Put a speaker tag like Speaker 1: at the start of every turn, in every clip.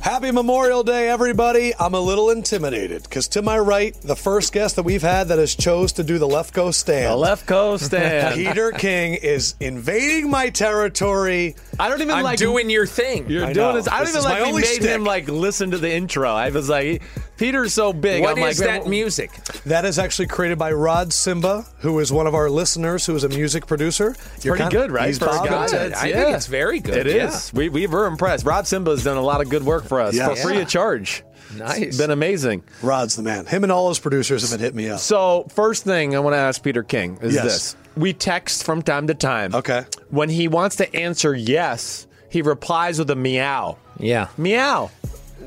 Speaker 1: Happy Memorial Day, everybody. I'm a little intimidated because to my right, the first guest that we've had that has chose to do the left coast
Speaker 2: The
Speaker 1: stand.
Speaker 2: left coast and
Speaker 1: Peter King is invading my territory.
Speaker 2: I don't even
Speaker 3: I'm
Speaker 2: like
Speaker 3: doing your thing.
Speaker 2: You're
Speaker 1: I
Speaker 2: doing
Speaker 1: know.
Speaker 2: this. I don't
Speaker 1: This
Speaker 2: even
Speaker 1: is my
Speaker 2: like we
Speaker 1: only
Speaker 2: made
Speaker 1: stick.
Speaker 2: him like listen to the intro. I was like, Peter's so big.
Speaker 3: What
Speaker 2: I'm
Speaker 3: is
Speaker 2: like,
Speaker 3: that music?
Speaker 1: That is actually created by Rod Simba, who is one of our listeners, who is a music producer. It's
Speaker 2: pretty good, right?
Speaker 1: He's
Speaker 2: For a
Speaker 1: Bob.
Speaker 2: guy
Speaker 3: Good.
Speaker 2: It's-
Speaker 3: I
Speaker 2: yeah.
Speaker 3: think it's very good.
Speaker 2: It is. We we were impressed. Rob Simba's done a lot of good work for us
Speaker 1: Yes.
Speaker 2: for free
Speaker 3: Yeah.
Speaker 2: of charge.
Speaker 3: Nice.
Speaker 2: It's been amazing.
Speaker 1: Rod's the man. Him and all his producers have been hitting me up.
Speaker 2: So first thing I want to ask Peter King is
Speaker 1: Yes.
Speaker 2: this: We text from time to time.
Speaker 1: Okay.
Speaker 2: When he wants to answer yes, he replies with a meow.
Speaker 3: Yeah.
Speaker 2: Meow.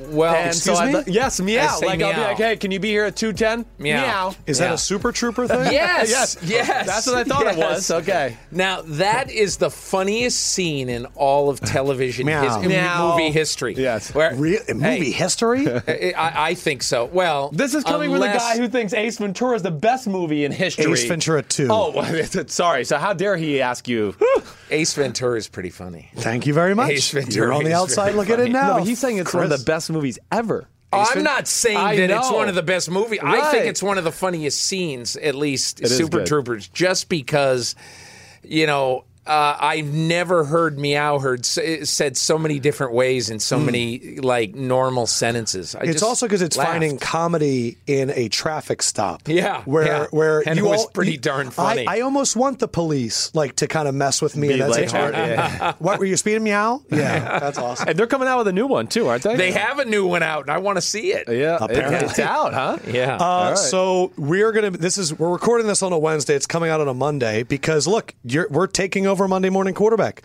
Speaker 3: Well,
Speaker 2: And so
Speaker 1: excuse
Speaker 2: I'd
Speaker 1: me?
Speaker 2: li- yes, meow.
Speaker 3: say
Speaker 2: like I'll be
Speaker 3: meow.
Speaker 2: like, hey, can you be here at two ten?
Speaker 3: Meow.
Speaker 1: Is that
Speaker 3: Yeah.
Speaker 1: a Super Trooper thing?
Speaker 3: Yes,
Speaker 2: yes,
Speaker 3: yes.
Speaker 2: That's what I thought it was.
Speaker 3: yes.
Speaker 2: Okay.
Speaker 3: Now that is the funniest scene in all of television,
Speaker 1: Meow.
Speaker 3: his, in
Speaker 2: Meow.
Speaker 3: movie history.
Speaker 2: Yes.
Speaker 3: Where-
Speaker 1: Real, in movie history?
Speaker 3: Hey, I, I think so. Well,
Speaker 2: This is coming
Speaker 3: unless-
Speaker 2: from the guy who thinks Ace Ventura is the best movie in history.
Speaker 1: Ace Ventura 2.
Speaker 2: Oh, well, it's- it's- sorry. So how dare he ask you?
Speaker 3: Ace Ventura is pretty funny.
Speaker 1: Thank you very much.
Speaker 3: Ace Ventura
Speaker 1: You're on the
Speaker 3: is
Speaker 1: outside
Speaker 3: very
Speaker 1: looking at it
Speaker 3: funny.
Speaker 1: now.
Speaker 2: no, but he's saying it's one of
Speaker 1: Chris.
Speaker 2: the best movies ever. Oh,
Speaker 3: I'm not saying
Speaker 2: I
Speaker 3: that it's
Speaker 2: know.
Speaker 3: one of the best movies. I
Speaker 2: Right.
Speaker 3: think it's one of the funniest scenes, at least
Speaker 2: is
Speaker 3: Super
Speaker 2: good.
Speaker 3: Troopers, just because, you know, uh, I've never heard meow heard s- eh, said so many different ways in so many like normal sentences. I
Speaker 1: Hmm. It's
Speaker 3: just
Speaker 1: also because it's
Speaker 3: laughed.
Speaker 1: finding comedy in a traffic stop.
Speaker 3: Yeah,
Speaker 1: where
Speaker 3: yeah.
Speaker 1: where
Speaker 3: And
Speaker 1: you
Speaker 3: it was
Speaker 1: all-
Speaker 3: pretty
Speaker 1: you-
Speaker 3: darn
Speaker 1: I-
Speaker 3: funny.
Speaker 1: I, almost want the police like to kind of mess with me.
Speaker 2: Be
Speaker 1: and that's
Speaker 2: like,
Speaker 1: it.
Speaker 2: "Oh, yeah."
Speaker 1: what were you speeding meow? Yeah, that's awesome.
Speaker 2: And they're coming out with a new one too, aren't they?
Speaker 3: They have a new one out, and I want to see it.
Speaker 2: Yeah.
Speaker 1: Apparently.
Speaker 2: It, it's out, huh?
Speaker 3: Yeah.
Speaker 1: Uh,
Speaker 2: right.
Speaker 1: So we're gonna. This is we're recording this on a Wednesday. It's coming out on a Monday because look, you're, we're taking over Monday morning quarterback.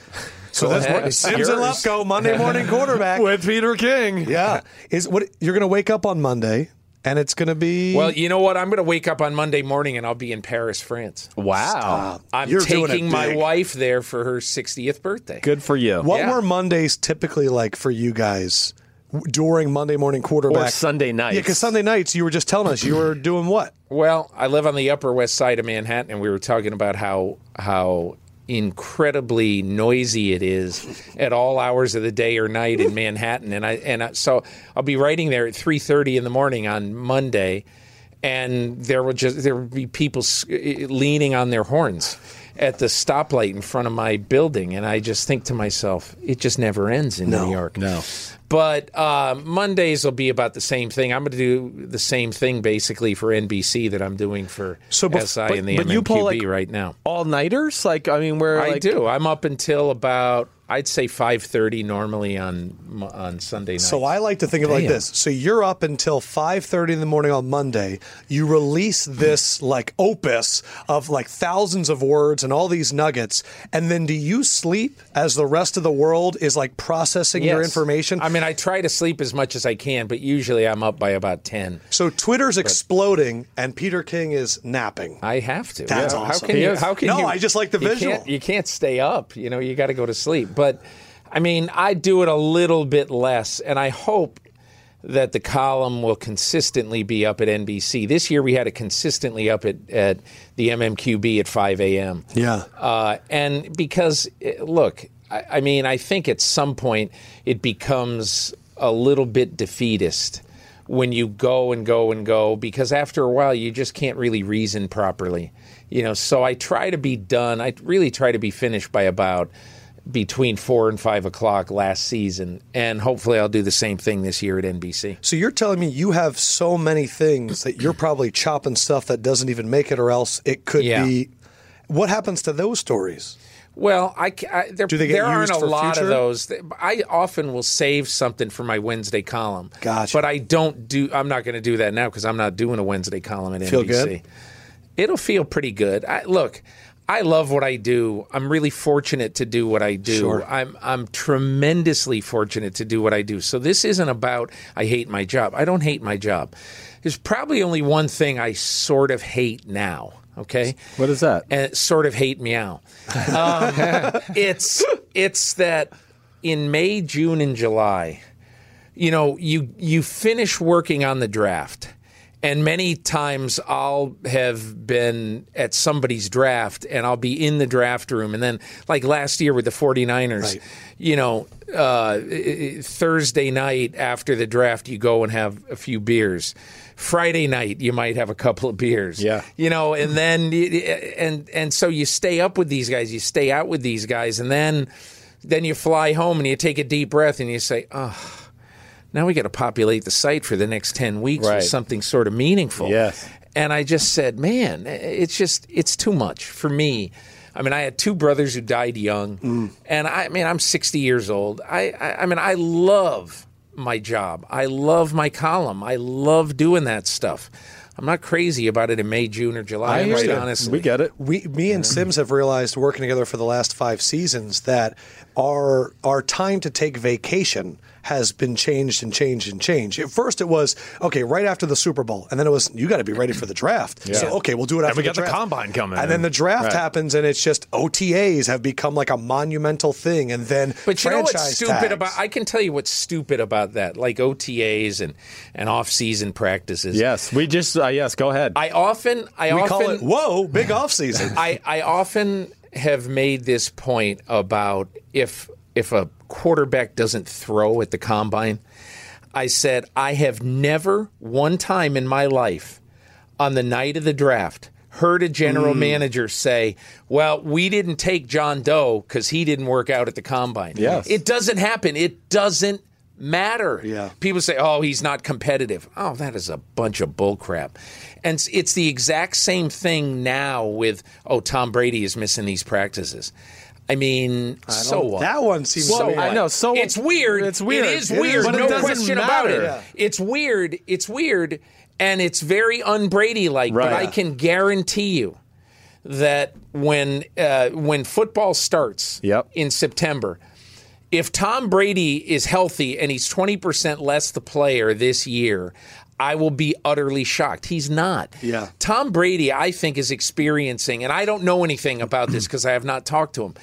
Speaker 1: So that's
Speaker 3: ahead.
Speaker 1: what
Speaker 3: It's
Speaker 1: Sims
Speaker 3: yours.
Speaker 1: and Lefko Monday morning quarterback.
Speaker 2: With Peter King.
Speaker 1: yeah, is what you're gonna wake up on Monday and it's gonna be
Speaker 3: well, you know what? I'm going to wake up on Monday morning, and I'll be in Paris, France.
Speaker 2: Wow.
Speaker 3: I'm
Speaker 1: You're doing it
Speaker 3: taking my
Speaker 1: big.
Speaker 3: wife there for her 60th birthday.
Speaker 2: Good for you.
Speaker 1: What
Speaker 3: Yeah.
Speaker 1: were Mondays typically like for you guys w- during Monday morning quarterback?
Speaker 2: Or Sunday
Speaker 1: Yeah,
Speaker 2: nights.
Speaker 1: because Sunday nights you were just telling us you were doing what?
Speaker 3: Well, I live on the Upper West Side of Manhattan, and we were talking about how how incredibly noisy it is at all hours of the day or night in Manhattan. And I and I, so I'll be writing there at three thirty in the morning on Monday, and there will just there will be people s- eh, leaning on their horns at the stoplight in front of my building, and I just think to myself, it just never ends in New York.
Speaker 2: No.
Speaker 3: But uh, Mondays will be about the same thing. I'm going to do the same thing basically for NBC that I'm doing for
Speaker 1: So bef-
Speaker 3: SI and the
Speaker 2: but- but
Speaker 3: MMQB
Speaker 2: you pull, like,
Speaker 3: right now.
Speaker 2: All nighters? Like I mean we're
Speaker 3: I
Speaker 2: like
Speaker 3: do. I'm up until about I'd say 5:30 normally on on Sunday night.
Speaker 1: So I like to think of it like
Speaker 3: Damn.
Speaker 1: this. So you're up until 5:30 in the morning on Monday. You release this like opus of like thousands of words and all these nuggets and then do you sleep as the rest of the world is like processing your
Speaker 3: Yes.
Speaker 1: information?
Speaker 3: I mean, I try to sleep as much as I can, but usually I'm up by about 10.
Speaker 1: so Twitter's exploding and Peter King is napping.
Speaker 3: I have to.
Speaker 1: That's
Speaker 3: how, how
Speaker 1: awesome.
Speaker 3: can you?
Speaker 2: Yes.
Speaker 3: How can
Speaker 1: No,
Speaker 3: you-
Speaker 1: I just like the
Speaker 3: you
Speaker 1: visual.
Speaker 3: can't- you can't stay up. You know, you got to go to sleep. But I mean, I do it a little bit less, and I hope that the column will consistently be up at NBC. This year, we had it consistently up at, at the MMQB at 5 a.m.
Speaker 1: Yeah.
Speaker 3: Uh, and because, eh, look, I, I mean, I think at some point it becomes a little bit defeatist when you go and go and go because after a while you just can't really reason properly. You know, so I try to be done. I really try to be finished by about between four and five o'clock last season, and hopefully I'll do the same thing this year at NBC.
Speaker 1: So you're telling me you have so many things that you're probably chopping stuff that doesn't even make it, or else it could
Speaker 3: Yeah.
Speaker 1: be. What happens to those stories?
Speaker 3: Well, I, ca- I there,
Speaker 1: Do they get
Speaker 3: there
Speaker 1: used
Speaker 3: aren't
Speaker 1: for
Speaker 3: a lot
Speaker 1: future?
Speaker 3: of those. Th- I often will save something for my Wednesday column.
Speaker 1: Gotcha.
Speaker 3: But I don't do. I'm not going to do that now because I'm not doing a Wednesday column at
Speaker 1: Feel
Speaker 3: NBC.
Speaker 1: good?
Speaker 3: It'll feel pretty good. I, look, I love what I do. I'm really fortunate to do what I do. I'm I'm tremendously fortunate to do what I do. So this isn't about I hate my job. I don't hate my job. There's probably only one thing I sort of hate now Okay.
Speaker 4: What is that?
Speaker 3: uh, And it's sort of hate meow. Um, it's it's that in May, June, and July, you know, you you finish working on the draft. And many times I'll have been at somebody's draft and I'll be in the draft room. And then, like last year with the 49ers,
Speaker 1: Right.
Speaker 3: you know, uh, Thursday night after the draft, you go and have a few beers. Friday night, you might have a couple of beers.
Speaker 4: Yeah.
Speaker 3: You know, and then, and, and so you stay up with these guys, you stay out with these guys, and then, then you fly home and you take a deep breath and you say, oh, now we got to populate the site for the next 10 weeks
Speaker 4: Right.
Speaker 3: with something sort of meaningful.
Speaker 4: Yes.
Speaker 3: And I just said, man, it's just, it's too much for me. I mean, I had two brothers who died young. And I, I mean, I'm 60 years old. I, I, I mean, I love my job. I love my column. I love doing that stuff. I'm not crazy about it in May, June, or July.
Speaker 4: hear
Speaker 3: quite
Speaker 4: you.
Speaker 3: honestly.
Speaker 4: we get it.
Speaker 1: we, me and Sims have realized working together for the last five seasons that our our time to take vacation has been changed and changed and changed. At first, it was okay right after the Super Bowl, and then it was you got to be ready for the draft. So okay, we'll do it after
Speaker 5: we
Speaker 1: the
Speaker 5: got the
Speaker 1: draft.
Speaker 5: combine coming
Speaker 1: and then
Speaker 5: in.
Speaker 1: the draft
Speaker 4: Right.
Speaker 1: happens, and it's just OTAs have become like a monumental thing, and then
Speaker 3: But you know what's
Speaker 1: franchise
Speaker 3: stupid
Speaker 1: tags.
Speaker 3: about? I can tell you what's stupid about that, like OTAs and and off season practices.
Speaker 4: Yes, we just uh, yes. Go ahead.
Speaker 3: I often I
Speaker 1: we
Speaker 3: often
Speaker 1: call it whoa big offseason.
Speaker 3: I, I often have made this point about if if a quarterback doesn't throw at the combine, I said I have never one time in my life on the night of the draft heard a general manager say, "Well, we didn't take John Doe cuz he didn't work out at the combine."
Speaker 4: Yes.
Speaker 3: It doesn't happen. It doesn't matter.
Speaker 1: Yeah.
Speaker 3: People say, "Oh, he's not competitive." Oh, that is a bunch of bullcrap. And it's- it's the exact same thing now with, "Oh, Tom Brady is missing these practices." I mean, so what?
Speaker 1: that one seems
Speaker 3: so
Speaker 1: to me-
Speaker 3: what?
Speaker 4: I know, so-
Speaker 3: it's weird.
Speaker 4: it's weird.
Speaker 3: It is
Speaker 4: It is,
Speaker 3: weird.
Speaker 4: but it
Speaker 3: no
Speaker 4: doesn't
Speaker 3: question about
Speaker 4: matter.
Speaker 3: it.
Speaker 4: Yeah.
Speaker 3: It's weird. It's weird, and it's very un-Brady like.
Speaker 4: Right.
Speaker 3: But I can guarantee you that when uh, when football starts
Speaker 4: Yep.
Speaker 3: in September, if Tom Brady is healthy and he's twenty percent less the player this year. I will be utterly shocked. He's not.
Speaker 1: Yeah.
Speaker 3: Tom Brady, I think, is experiencing, and I don't know anything about this because I have not talked to him,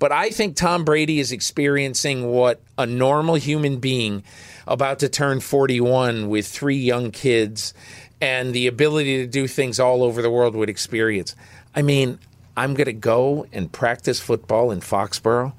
Speaker 3: but I think Tom Brady is experiencing what a normal human being about to turn 41 with three young kids and the ability to do things all over the world would experience. I mean, I'm going to go and practice football in Foxborough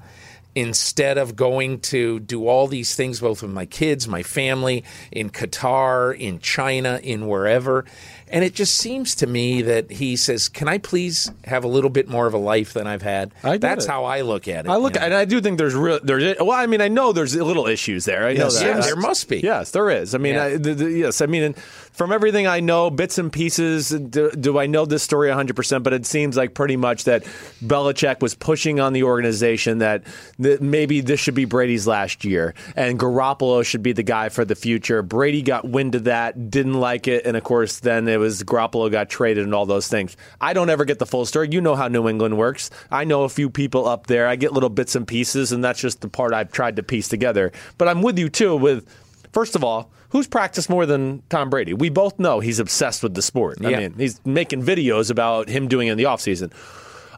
Speaker 3: instead of going to do all these things both with my kids, my family, in Qatar, in China, in wherever. And it just seems to me that he says, "Can I please have a little bit more of a life than I've had?"
Speaker 4: I get
Speaker 3: That's
Speaker 4: it.
Speaker 3: how I look at it.
Speaker 4: I look,
Speaker 3: you know?
Speaker 4: and I do think there's real. There's well, I mean, I know there's little issues there. I know
Speaker 1: Yes.
Speaker 4: that
Speaker 1: Yes,
Speaker 3: there must be.
Speaker 4: Yes, there is. I mean,
Speaker 3: Yeah.
Speaker 4: I, the, the, yes, I mean, and from everything I know, bits and pieces. Do, do I know this story 100? percent But it seems like pretty much that Belichick was pushing on the organization that, that maybe this should be Brady's last year, and Garoppolo should be the guy for the future. Brady got wind of that, didn't like it, and of course, then it was Garoppolo got traded and all those things. I don't ever get the full story. You know how New England works. I know a few people up there. I get little bits and pieces, and that's just the part I've tried to piece together. But I'm with you too. With first of all, who's practiced more than Tom Brady? We both know he's obsessed with the sport. I
Speaker 3: Yeah.
Speaker 4: mean, he's making videos about him doing it in the offseason.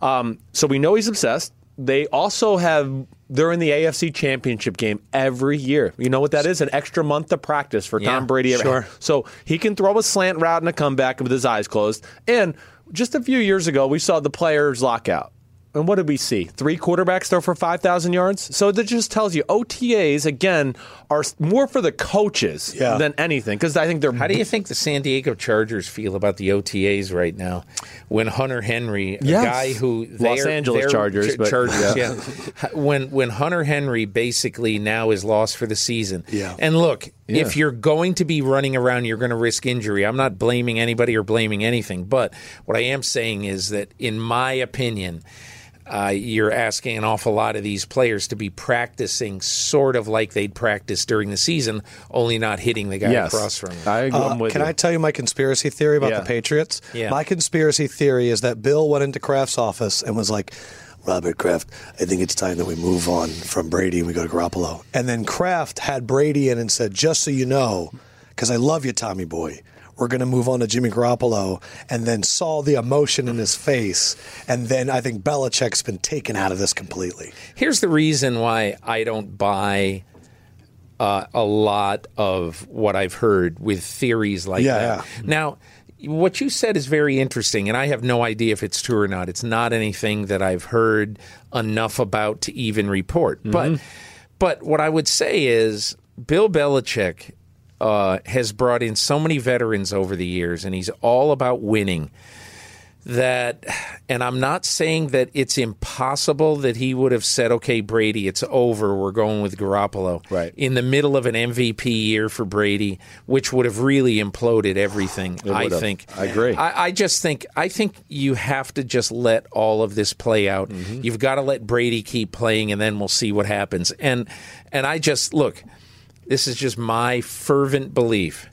Speaker 4: Um, so we know he's obsessed. They also have they're in the AFC Championship game every year. You know what that is? An extra month of practice for
Speaker 3: Yeah,
Speaker 4: Tom Brady.
Speaker 1: sure.
Speaker 4: So he can throw a slant route and a comeback with his eyes closed. And just a few years ago, we saw the players lockout. And what did we see? Three quarterbacks throw for 5,000 yards. So that just tells you OTAs, again, are s- more for the coaches
Speaker 1: Yeah.
Speaker 4: than anything because I think they're.
Speaker 3: How do you think the San Diego Chargers feel about the OTAs right now? When Hunter Henry, a
Speaker 4: Yes.
Speaker 3: guy who
Speaker 4: Los
Speaker 3: they're-
Speaker 4: Angeles
Speaker 3: they're-
Speaker 4: Chargers,
Speaker 3: Ch-
Speaker 4: but-
Speaker 3: Chargers, yeah. When when Hunter Henry basically now is lost for the season.
Speaker 1: Yeah.
Speaker 3: And look,
Speaker 4: Yeah.
Speaker 3: if you're going to be running around, you're going to risk injury. I'm not blaming anybody or blaming anything, but what I am saying is that, in my opinion. Uh, you're asking an awful lot of these players to be practicing sort of like they'd practice during the season, only not hitting the guy
Speaker 4: Yes.
Speaker 3: across from them.
Speaker 4: I,
Speaker 1: Uh,
Speaker 4: am with
Speaker 1: can
Speaker 4: you.
Speaker 1: I tell you my conspiracy theory about
Speaker 4: Yeah.
Speaker 1: the Patriots?
Speaker 3: Yeah.
Speaker 1: My conspiracy theory is that Bill went into Kraft's office and was like, Robert Kraft, I think it's time that we move on from Brady and we go to Garoppolo. And then Kraft had Brady in and said, just so you know, because I love you, Tommy boy, we're going to move on to Jimmy Garoppolo, and then saw the emotion in his face, and then I think Belichick's been taken out of this completely.
Speaker 3: Here's the reason why I don't buy uh, a lot of what I've heard with theories like
Speaker 1: Yeah,
Speaker 3: that.
Speaker 1: yeah.
Speaker 3: Now, what you said is very interesting, and I have no idea if it's true or not. It's not anything that I've heard enough about to even report.
Speaker 1: Mm-hmm.
Speaker 3: But, but what I would say is Bill Belichick uh, has brought in so many veterans over the years, and he's all about winning that, and I'm not saying that it's impossible that he would have said, okay, Brady, it's over. We're going with Garoppolo.
Speaker 4: Right.
Speaker 3: In the middle of an MVP year for Brady, which would have really imploded everything, I
Speaker 4: would have.
Speaker 3: think.
Speaker 4: I agree.
Speaker 3: I, I just think, I think you have to just let all of this play out.
Speaker 4: Mm-hmm.
Speaker 3: You've got to let Brady keep playing, and then we'll see what happens. And, and I just, look, this is just my fervent belief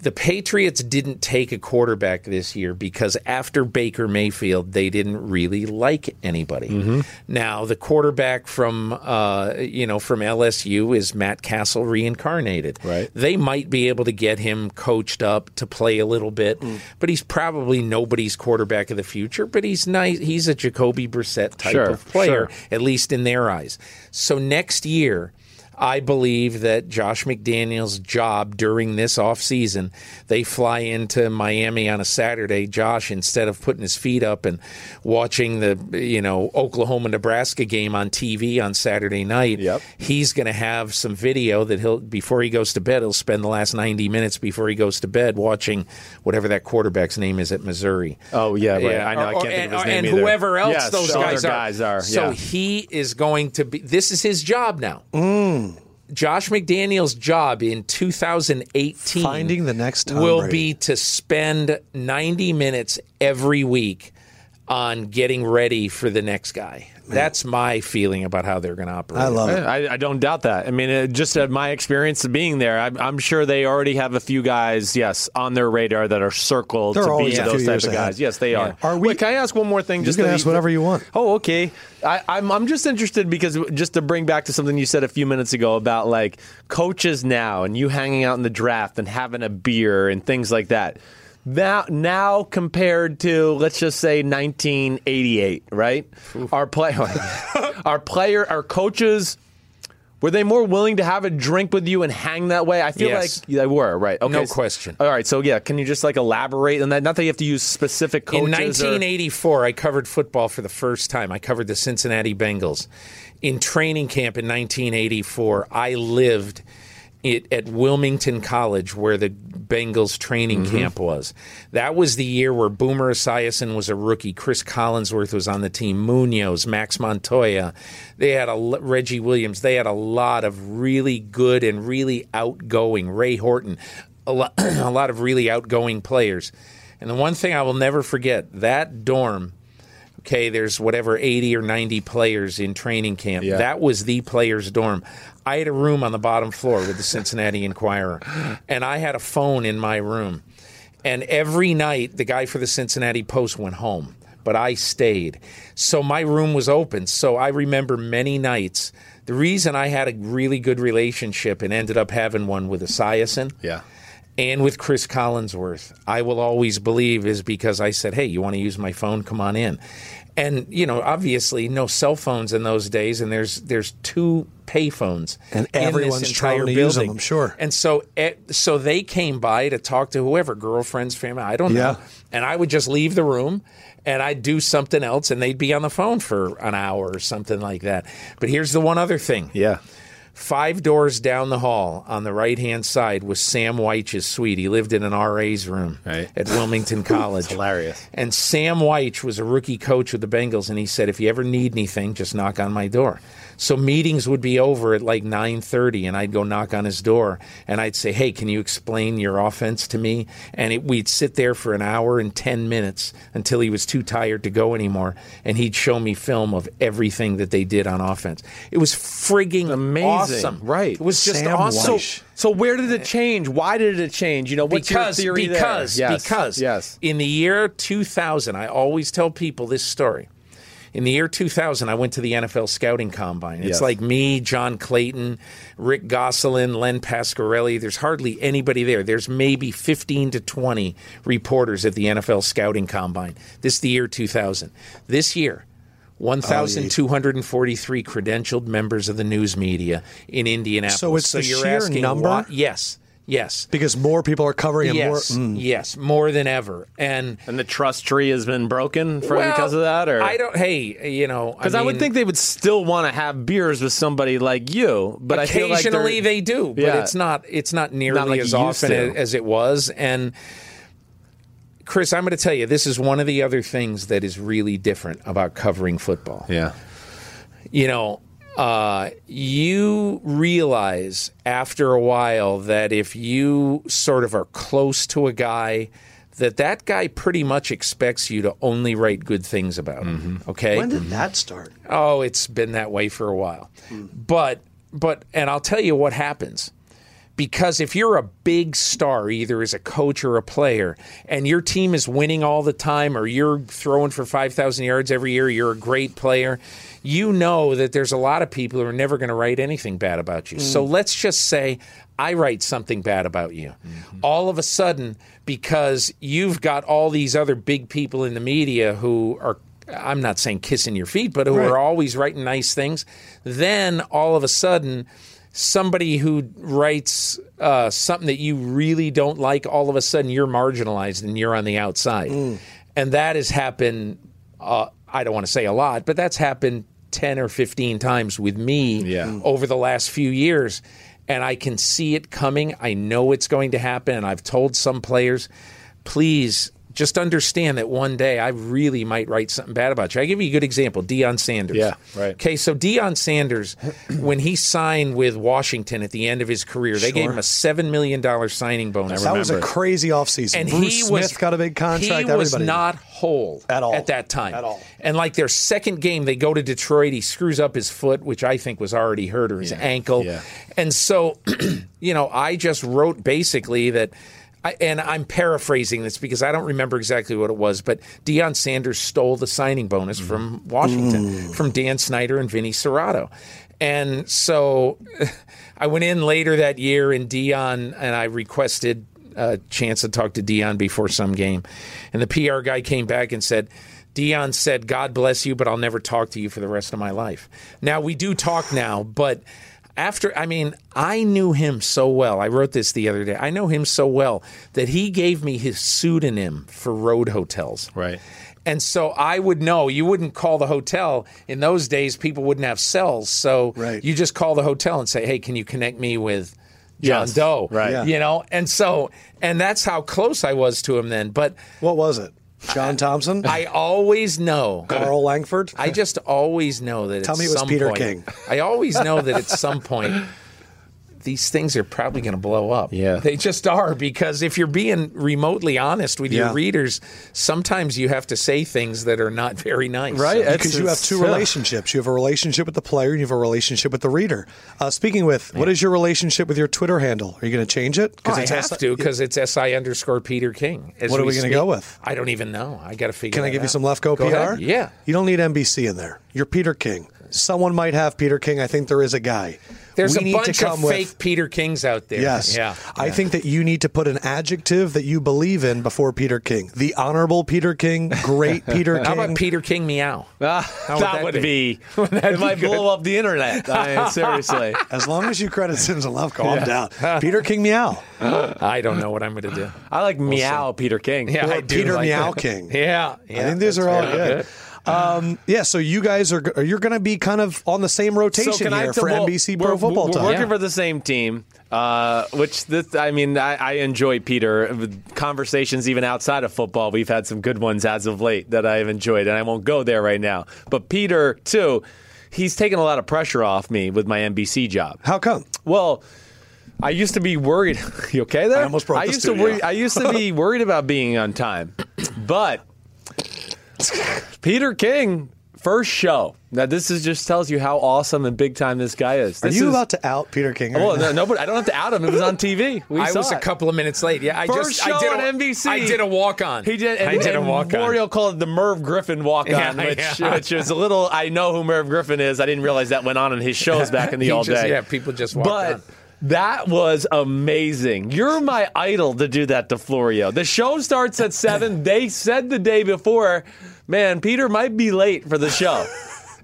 Speaker 3: the Patriots didn't take a quarterback this year because after Baker Mayfield, they didn't really like anybody.
Speaker 4: Mm-hmm.
Speaker 3: Now the quarterback from uh, you know from LSU is Matt Castle reincarnated.
Speaker 4: Right.
Speaker 3: They might be able to get him coached up to play a little bit,
Speaker 4: Mm.
Speaker 3: but he's probably nobody's quarterback of the future. But he's nice. He's a Jacoby Brissett type
Speaker 4: Sure,
Speaker 3: of player,
Speaker 4: sure.
Speaker 3: at least in their eyes. So next year, I believe that Josh McDaniel's job during this offseason, they fly into Miami on a Saturday. Josh, instead of putting his feet up and watching the you know Oklahoma Nebraska game on TV on Saturday night,
Speaker 4: Yep.
Speaker 3: he's going to have some video that he'll before he goes to bed. He'll spend the last ninety minutes before he goes to bed watching whatever that quarterback's name is at Missouri.
Speaker 4: Oh, yeah, right. I know. I
Speaker 3: Or-
Speaker 4: can't think
Speaker 3: and,
Speaker 4: of his name
Speaker 3: and
Speaker 4: either.
Speaker 3: whoever else
Speaker 4: Yes,
Speaker 3: those
Speaker 4: the other
Speaker 3: guys are.
Speaker 4: guys are,
Speaker 3: So
Speaker 4: yeah.
Speaker 3: he is going to be. This is his job now.
Speaker 4: Mm.
Speaker 3: Josh McDaniel's job in 2018
Speaker 1: Finding the next Tom
Speaker 3: will
Speaker 1: Brady.
Speaker 3: be to spend 90 minutes every week on getting ready for the next guy. That's my feeling about how they're going to operate.
Speaker 1: I love it.
Speaker 4: Yeah, I, I don't doubt that. I mean, it, just uh, my experience of being there, I'm, I'm sure they already have a few guys, yes, on their radar that are circled
Speaker 1: They're
Speaker 4: to be
Speaker 1: always a
Speaker 4: those
Speaker 1: few
Speaker 4: type
Speaker 1: years
Speaker 4: of guys.
Speaker 1: ahead.
Speaker 4: Yes, they are.
Speaker 1: Are we-
Speaker 4: Wait, can I ask one more thing? Just
Speaker 1: can
Speaker 4: to-
Speaker 1: ask whatever you want.
Speaker 4: Oh, okay. I, I'm I'm just interested because just to bring back to something you said a few minutes ago about like coaches now and you hanging out in the draft and having a beer and things like that. Now, now compared to let's just say 1988, right? Our play, our player, our coaches. Were they more willing to have a drink with you and hang that way? I feel
Speaker 3: Yes.
Speaker 4: like they were, right? Okay.
Speaker 3: No
Speaker 4: so-
Speaker 3: question.
Speaker 4: All right, so yeah, can you just like elaborate on that? Not that you have to use specific coaches.
Speaker 3: In
Speaker 4: or-
Speaker 3: 1984, I covered football for the first time. I covered the Cincinnati Bengals. In training camp in 1984, I lived it at Wilmington College where the Bengals training camp was. That was the year where Boomer Esiason was a rookie, Chris Collinsworth was on the team, Munoz, Max Montoya, they had a l- Reggie Williams, they had a lot of really good and really outgoing Ray Horton, a lot, a lot of really outgoing players. And the one thing I will never forget that dorm, okay, there's whatever 80 or 90 players in training camp.
Speaker 4: Yeah.
Speaker 3: That was the players' dorm. I had a room on the bottom floor with the Cincinnati Enquirer, and I had a phone in my room. And every night, the guy for the Cincinnati Post went home, but I stayed. So my room was open. So I remember many nights. The reason I had a really good relationship and ended up having one with Esiason
Speaker 4: Yeah.
Speaker 3: and with Chris Collinsworth, I will always believe is because I said, "Hey, you want to use my phone? Come on in." And you know, obviously, no cell phones in those days, and there's there's two pay phones,
Speaker 1: And
Speaker 3: in this
Speaker 1: everyone's
Speaker 3: entire
Speaker 1: trying to use them,
Speaker 3: building.
Speaker 1: I'm sure.
Speaker 3: And so, eh, so they came by to talk to whoever, girlfriends, family, I don't
Speaker 1: Yeah.
Speaker 3: know. And I would just leave the room and I'd do something else, and they'd be on the phone for an hour or something like that. But here's the one other thing.
Speaker 4: Yeah.
Speaker 3: Five doors down the hall on the right hand side was Sam Weich's suite. He lived in an RA's room
Speaker 4: Right.
Speaker 3: at Wilmington College.
Speaker 4: hilarious.
Speaker 3: And Sam Weich was a rookie coach with the Bengals, and he said, "If you ever need anything, just knock on my door." So meetings would be over at like nine thirty, and I'd go knock on his door, and I'd say, "Hey, can you explain your offense to me?" And it, we'd sit there for an hour and ten minutes until he was too tired to go anymore, and he'd show me film of everything that they did on offense. It was frigging
Speaker 4: Amazing.
Speaker 3: awesome,
Speaker 4: Right.
Speaker 3: It was just
Speaker 1: Sam
Speaker 3: awesome.
Speaker 1: Weish.
Speaker 4: So, so where did it change? Why did it change? You know, what's
Speaker 3: because
Speaker 4: your theory there?
Speaker 3: because
Speaker 4: Yes,
Speaker 3: because
Speaker 4: yes,
Speaker 3: in the year 2000 I always tell people this story in the year 2000, I went to the NFL scouting combine. It's
Speaker 4: Yes.
Speaker 3: like me, John Clayton, Rick Gosselin, Len Pasquarelli. There's hardly anybody there. There's maybe 15 to 20 reporters at the NFL scouting combine. This is the year 2000. This year, 1,243 credentialed members of the news media in Indianapolis.
Speaker 1: So it's the
Speaker 3: you're
Speaker 1: sheer
Speaker 3: asking
Speaker 1: number?
Speaker 3: why- yes, yes,
Speaker 1: because more people are covering it.
Speaker 3: yes,
Speaker 1: More,
Speaker 3: yes, more than ever. And
Speaker 4: And the trust tree has been broken for,
Speaker 3: well,
Speaker 4: because of that, or
Speaker 3: I don't. Hey, you know,
Speaker 4: Because I, would
Speaker 3: mean,
Speaker 4: think they would still want to have beers with somebody like you, but I feel like
Speaker 3: occasionally
Speaker 4: they're-
Speaker 3: they do, but
Speaker 4: Yeah.
Speaker 3: it's not it's not nearly
Speaker 4: like
Speaker 3: as
Speaker 4: it used
Speaker 3: often
Speaker 4: to.
Speaker 3: a- as it was. And Chris, I'm going to tell you, this is one of the other things that is really different about covering football.
Speaker 4: yeah.
Speaker 3: you know, uh, you realize after a while that if you sort of are close to a guy, that that guy pretty much expects you to only write good things about him. Okay.
Speaker 1: When did that start?
Speaker 3: Oh, it's been that way for a while. But but and I'll tell you what happens. Because if you're a big star, either as a coach or a player, and your team is winning all the time, or you're throwing for 5,000 yards every year, you're a great player, you know that there's a lot of people who are never going to write anything bad about you. So let's just say I write something bad about you. All of a sudden, because you've got all these other big people in the media who are I'm not saying kissing your feet, but who are always writing nice things. Then all of a sudden, somebody who writes uh, something that you really don't like, all of a sudden you're marginalized and you're on the outside. And that has happened, uh, I don't want to say a lot, but that's happened 10 or 15 times with me
Speaker 4: Yeah.
Speaker 3: over the last few years. And I can see it coming. I know it's going to happen. And I've told some players, please just understand that one day I really might write something bad about you. I give you a good example Deion Sanders.
Speaker 4: Yeah, right.
Speaker 3: Okay, so Deion Sanders, when he signed with Washington at the end of his career, they gave him a $7 million signing bonus.
Speaker 1: That was a crazy offseason.
Speaker 3: And
Speaker 1: Bruce
Speaker 3: he
Speaker 1: Smith
Speaker 3: was,
Speaker 1: got a big contract.
Speaker 3: He was
Speaker 1: Everybody did.
Speaker 3: not whole
Speaker 1: At all.
Speaker 3: at that time.
Speaker 1: At all.
Speaker 3: And like their second game, they go to Detroit. He screws up his foot, which I think was already hurt, or his ankle.
Speaker 4: Yeah.
Speaker 3: And so, you know, I just wrote basically that. I, and I'm paraphrasing this because I don't remember exactly what it was, but Deion Sanders stole the signing bonus from Washington, from Dan Snyder and Vinny Serrato. And so I went in later that year, and Dion and I requested a chance to talk to Dion before some game. And the PR guy came back and said, Dion said, God bless you, but I'll never talk to you for the rest of my life. Now, we do talk now, but after, I mean, I knew him so well. I wrote this the other day. I know him so well that he gave me his pseudonym for road hotels.
Speaker 4: Right.
Speaker 3: And so I would know you wouldn't call the hotel. In those days, people wouldn't have cells. So
Speaker 1: Right.
Speaker 3: you just call the hotel and say, hey, can you connect me with John
Speaker 4: Yes.
Speaker 3: Doe?
Speaker 4: Right.
Speaker 1: Yeah.
Speaker 3: You know, and so, and that's how close I was to him then. But
Speaker 1: What was it? John Thompson?
Speaker 3: I always know.
Speaker 1: Carl Langford?
Speaker 3: I just always know that.
Speaker 1: Tell
Speaker 3: at
Speaker 1: me it was
Speaker 3: some
Speaker 1: Peter
Speaker 3: point-
Speaker 1: King.
Speaker 3: I always know that at some point these things are probably going to blow up.
Speaker 4: Yeah.
Speaker 3: they just are because if you're being remotely honest with
Speaker 1: Yeah.
Speaker 3: your readers, sometimes you have to say things that are not very nice.
Speaker 4: Right.
Speaker 3: So-
Speaker 1: because you have two relationships. You have a relationship with the player and you have a relationship with the reader. Uh, speaking with, what is your relationship with your Twitter handle? Are you going to change it?
Speaker 3: Oh, I
Speaker 1: it's
Speaker 3: have
Speaker 1: S-
Speaker 3: to because it's SI underscore Peter King. As
Speaker 1: What are we gonna
Speaker 3: speak.
Speaker 1: go with?
Speaker 3: I don't even know. I got to figure
Speaker 1: Can I
Speaker 3: that
Speaker 1: give you
Speaker 3: out.
Speaker 1: some left go, PR?
Speaker 3: ahead. Yeah.
Speaker 1: You don't need NBC in there. You're Peter King. Someone might have Peter King. I think there is a guy.
Speaker 3: There's
Speaker 1: We
Speaker 3: a
Speaker 1: need to
Speaker 3: bunch of
Speaker 1: come with-
Speaker 3: fake Peter Kings out there.
Speaker 1: Yes.
Speaker 3: Yeah.
Speaker 1: I think that you need to put an adjective that you believe in before Peter King. The honorable Peter King, great Peter King.
Speaker 3: How about Peter King meow?
Speaker 4: Ah, that,
Speaker 3: would that
Speaker 4: would
Speaker 3: be?
Speaker 4: be. it might blow up the internet. I mean, seriously.
Speaker 1: As long as you credit Sims and Love, calm down. Peter King Meow.
Speaker 3: I don't know what I'm going to do.
Speaker 4: I like meow Peter King.
Speaker 3: Yeah,
Speaker 1: Or
Speaker 3: I do
Speaker 1: Peter
Speaker 3: like
Speaker 1: Meow
Speaker 3: that.
Speaker 1: King.
Speaker 3: Yeah,
Speaker 1: I
Speaker 3: yeah,
Speaker 1: think these
Speaker 3: that's
Speaker 1: are all
Speaker 3: very
Speaker 1: good. Um, yeah, so you guys are are you're going to be kind of on the same rotation here for
Speaker 4: well,
Speaker 1: NBC
Speaker 4: we're-
Speaker 1: Pro Football
Speaker 4: We're
Speaker 1: Talk.
Speaker 4: working
Speaker 3: Yeah.
Speaker 4: for the same team, uh, which this, I mean, I, I enjoy Peter. Conversations even outside of football, we've had some good ones as of late that I've enjoyed, and I won't go there right now. But Peter too, he's taken a lot of pressure off me with my NBC job.
Speaker 1: How come?
Speaker 4: Well, I used to be worried. you okay there?
Speaker 1: I almost broke
Speaker 4: I
Speaker 1: the
Speaker 4: used
Speaker 1: studio.
Speaker 4: to worry, I used to be worried about being on time, but Peter King First show. Now this is just tells you how awesome and big time this guy is.
Speaker 1: Are
Speaker 4: This
Speaker 1: you
Speaker 4: is-
Speaker 1: about to out Peter King? right
Speaker 4: Well,
Speaker 1: now?
Speaker 4: no, nobody. I don't have to out him. It was on TV. We
Speaker 3: I
Speaker 4: saw
Speaker 3: was a
Speaker 4: it.
Speaker 3: couple of minutes late. Yeah, I
Speaker 4: First
Speaker 3: just
Speaker 4: show
Speaker 3: I did
Speaker 4: on
Speaker 3: a,
Speaker 4: NBC.
Speaker 3: I did a walk on.
Speaker 4: He did. And,
Speaker 3: I did a
Speaker 4: and
Speaker 3: walk on.
Speaker 4: Morial called it the Merv Griffin walk on,
Speaker 3: Yeah,
Speaker 4: which,
Speaker 3: yeah.
Speaker 4: which was a little. I know who Merv Griffin is. I didn't realize that went on in his shows back in the
Speaker 3: He
Speaker 4: old
Speaker 3: just-
Speaker 4: day.
Speaker 3: yeah, people just walked
Speaker 4: but.
Speaker 3: on.
Speaker 4: That was amazing. You're my idol to do that to Florio. The show starts at seven. They said the day before, man, Peter might be late for the show.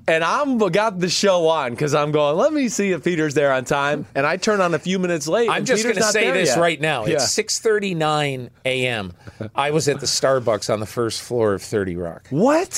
Speaker 4: And I'm got the show on because I'm going. Let me see if Peter's there on time. And I turn on a few minutes late.
Speaker 3: I'm
Speaker 4: and
Speaker 3: just
Speaker 4: Peter's
Speaker 3: going to
Speaker 4: not
Speaker 3: say
Speaker 4: there
Speaker 3: this
Speaker 4: yet.
Speaker 3: right now.
Speaker 4: Yeah.
Speaker 3: It's 6:39 a.m. I was at the Starbucks on the first floor of 30 Rock.
Speaker 4: what?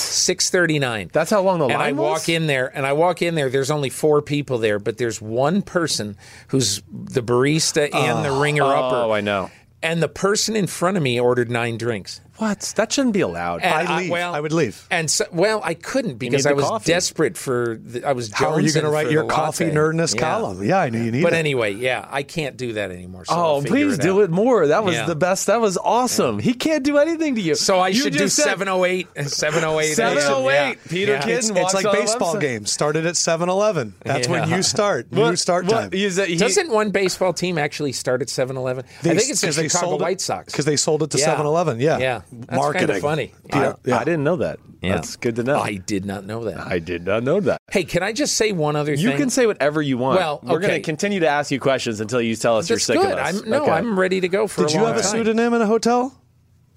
Speaker 3: 6:39.
Speaker 4: That's how long the
Speaker 3: and
Speaker 4: line
Speaker 3: I
Speaker 4: was?
Speaker 3: walk in there, and I walk in there. There's only four people there, but there's one person who's the barista and the ringer upper.
Speaker 4: Oh, I know.
Speaker 3: And the person in front of me ordered nine drinks.
Speaker 4: What? That shouldn't be allowed.
Speaker 3: And
Speaker 1: I'd leave. I would leave.
Speaker 3: And so, well, I couldn't because
Speaker 4: need
Speaker 3: I
Speaker 4: the
Speaker 3: was
Speaker 4: coffee.
Speaker 3: desperate for. The, I was.
Speaker 1: How are you going to
Speaker 3: jonesing
Speaker 1: write
Speaker 3: for
Speaker 1: your
Speaker 3: the
Speaker 1: coffee
Speaker 3: latte.
Speaker 1: nerdness
Speaker 3: Yeah.
Speaker 1: column? Yeah, I know you need
Speaker 3: But
Speaker 1: it.
Speaker 3: anyway, yeah, I can't do that anymore. So
Speaker 4: Oh,
Speaker 3: I'll figure
Speaker 4: please
Speaker 3: it
Speaker 4: do
Speaker 3: out.
Speaker 4: it more. That was
Speaker 3: Yeah.
Speaker 4: the best. That was awesome. He can't do anything to you.
Speaker 3: So I
Speaker 4: You
Speaker 3: should do
Speaker 4: just said-
Speaker 3: 708 and 708.
Speaker 4: 708,
Speaker 3: Yeah.
Speaker 4: Peter
Speaker 3: Yeah.
Speaker 4: Kidd.
Speaker 1: it's,
Speaker 4: walks
Speaker 1: it's like
Speaker 4: on the
Speaker 1: baseball
Speaker 4: website.
Speaker 1: games. Started at 7 Eleven. That's when
Speaker 3: Yeah.
Speaker 1: you start. New
Speaker 4: What-
Speaker 1: start
Speaker 4: what-
Speaker 1: time.
Speaker 4: is that he-
Speaker 3: Doesn't one baseball team actually start at 7-Eleven? I think it's the Chicago White Sox.
Speaker 1: Because they sold it to
Speaker 3: Yeah.
Speaker 1: 7 Eleven. Yeah.
Speaker 3: Yeah. That's kinda
Speaker 1: Marketing.
Speaker 3: funny.
Speaker 1: Yeah.
Speaker 4: I,
Speaker 1: yeah.
Speaker 4: I didn't know that.
Speaker 3: Yeah.
Speaker 4: That's good to know.
Speaker 3: Oh, I did not know that.
Speaker 4: I did not know that.
Speaker 3: Hey, can I just say one other
Speaker 4: You
Speaker 3: thing?
Speaker 4: can say whatever you want.
Speaker 3: Well,
Speaker 4: we're going
Speaker 3: okay.
Speaker 4: to continue to ask you questions until you tell us
Speaker 3: That's
Speaker 4: you're sick
Speaker 3: good.
Speaker 4: of us.
Speaker 3: I'm, no,
Speaker 4: Okay.
Speaker 3: I'm ready to go for
Speaker 1: Did
Speaker 3: a
Speaker 1: you
Speaker 3: long
Speaker 1: have a
Speaker 3: time.
Speaker 1: pseudonym in a hotel?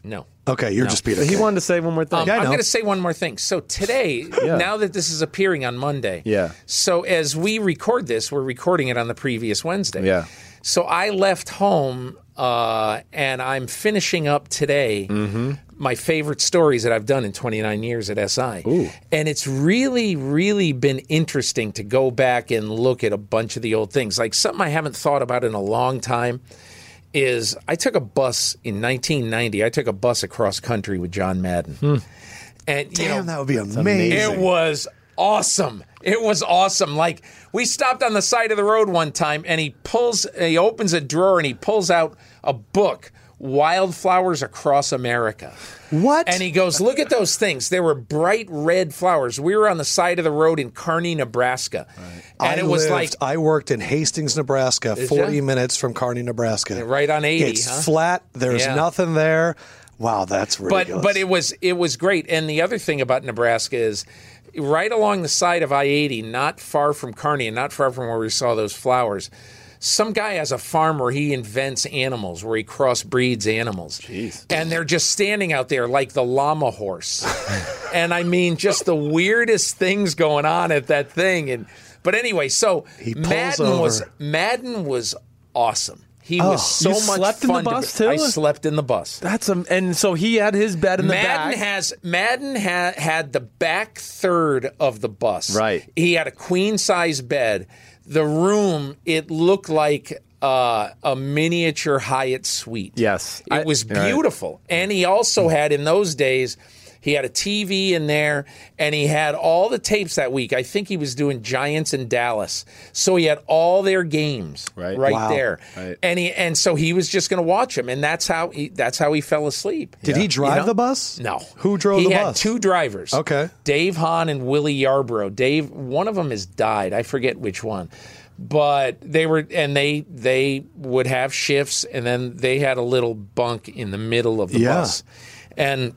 Speaker 3: No.
Speaker 1: Okay, you're just Peter.
Speaker 4: He
Speaker 1: King.
Speaker 4: wanted to say one more thing.
Speaker 3: Um,
Speaker 1: Yeah, I
Speaker 3: I'm
Speaker 1: know.
Speaker 3: going to say one more thing. So today, now that this is appearing on Monday,
Speaker 4: Yeah.
Speaker 3: So as we record this, we're recording it on the previous Wednesday.
Speaker 4: Yeah.
Speaker 3: So I left home uh, and I'm finishing up today
Speaker 1: Mm-hmm.
Speaker 3: my favorite stories that I've done in 29 years at SI. And it's really, really been interesting to go back and look at a bunch of the old things. Like something I haven't thought about in a long time is I took a bus in 1990. I took a bus across country with John Madden. And you know,
Speaker 1: Hmm. Damn, that would be amazing.
Speaker 3: it was awesome. It was awesome. Like we stopped on the side of the road one time, and he pulls, he opens a drawer, and he pulls out a book, "Wildflowers Across America."
Speaker 1: What?
Speaker 3: And he goes, "Look at those things. There were bright red flowers. We were on the side of the road in Kearney, Nebraska,
Speaker 1: I
Speaker 3: and it was
Speaker 1: lived-
Speaker 3: like."
Speaker 1: I worked in Hastings, Nebraska, 40
Speaker 3: ya?
Speaker 1: minutes from Kearney, Nebraska.
Speaker 3: Right on 80,
Speaker 1: It's
Speaker 3: huh?
Speaker 1: flat. There's
Speaker 3: Yeah.
Speaker 1: nothing there. Wow, that's ridiculous.
Speaker 3: but but it was it was great. And the other thing about Nebraska is right along the side of I eighty, not far from Kearney and not far from where we saw those flowers. Some guy has a farm where he invents animals, where he crossbreeds animals. And they're just standing out there like the llama horse. and I mean, just the weirdest things going on at that thing. And but anyway, so
Speaker 1: He pulls
Speaker 3: Madden was
Speaker 1: over. Oh.
Speaker 3: Madden was awesome. He was so
Speaker 4: you
Speaker 3: much
Speaker 4: slept in the
Speaker 3: fun. to
Speaker 4: bus,
Speaker 3: be- I
Speaker 4: too?
Speaker 3: slept in the bus.
Speaker 4: That's a, and so he had his bed in the
Speaker 3: Madden
Speaker 4: back.
Speaker 3: has Madden ha- had the back third of the bus.
Speaker 4: Right.
Speaker 3: He had a queen size bed. The room it looked like uh, a miniature Hyatt suite.
Speaker 4: Yes.
Speaker 3: it
Speaker 4: I-
Speaker 3: was
Speaker 4: All right.
Speaker 3: beautiful. And he also had in those days. He had a TV in there and he had all the tapes that week. I think he was doing Giants in Dallas. So he had all their games
Speaker 4: Right.
Speaker 1: Wow.
Speaker 3: there.
Speaker 4: Right.
Speaker 3: And he and so he was just going to watch them and that's how he that's how he fell asleep.
Speaker 1: Did he drive
Speaker 3: know?
Speaker 1: the bus?
Speaker 3: No.
Speaker 1: Who drove
Speaker 3: he
Speaker 1: the
Speaker 3: had
Speaker 1: bus?
Speaker 3: Two drivers.
Speaker 1: Okay.
Speaker 3: Dave Hahn and Willie Yarbrough. Dave, one of them has died. I forget which one. But they were, and they they would have shifts, and then they had a little bunk in the middle of the
Speaker 1: Yeah.
Speaker 3: bus, and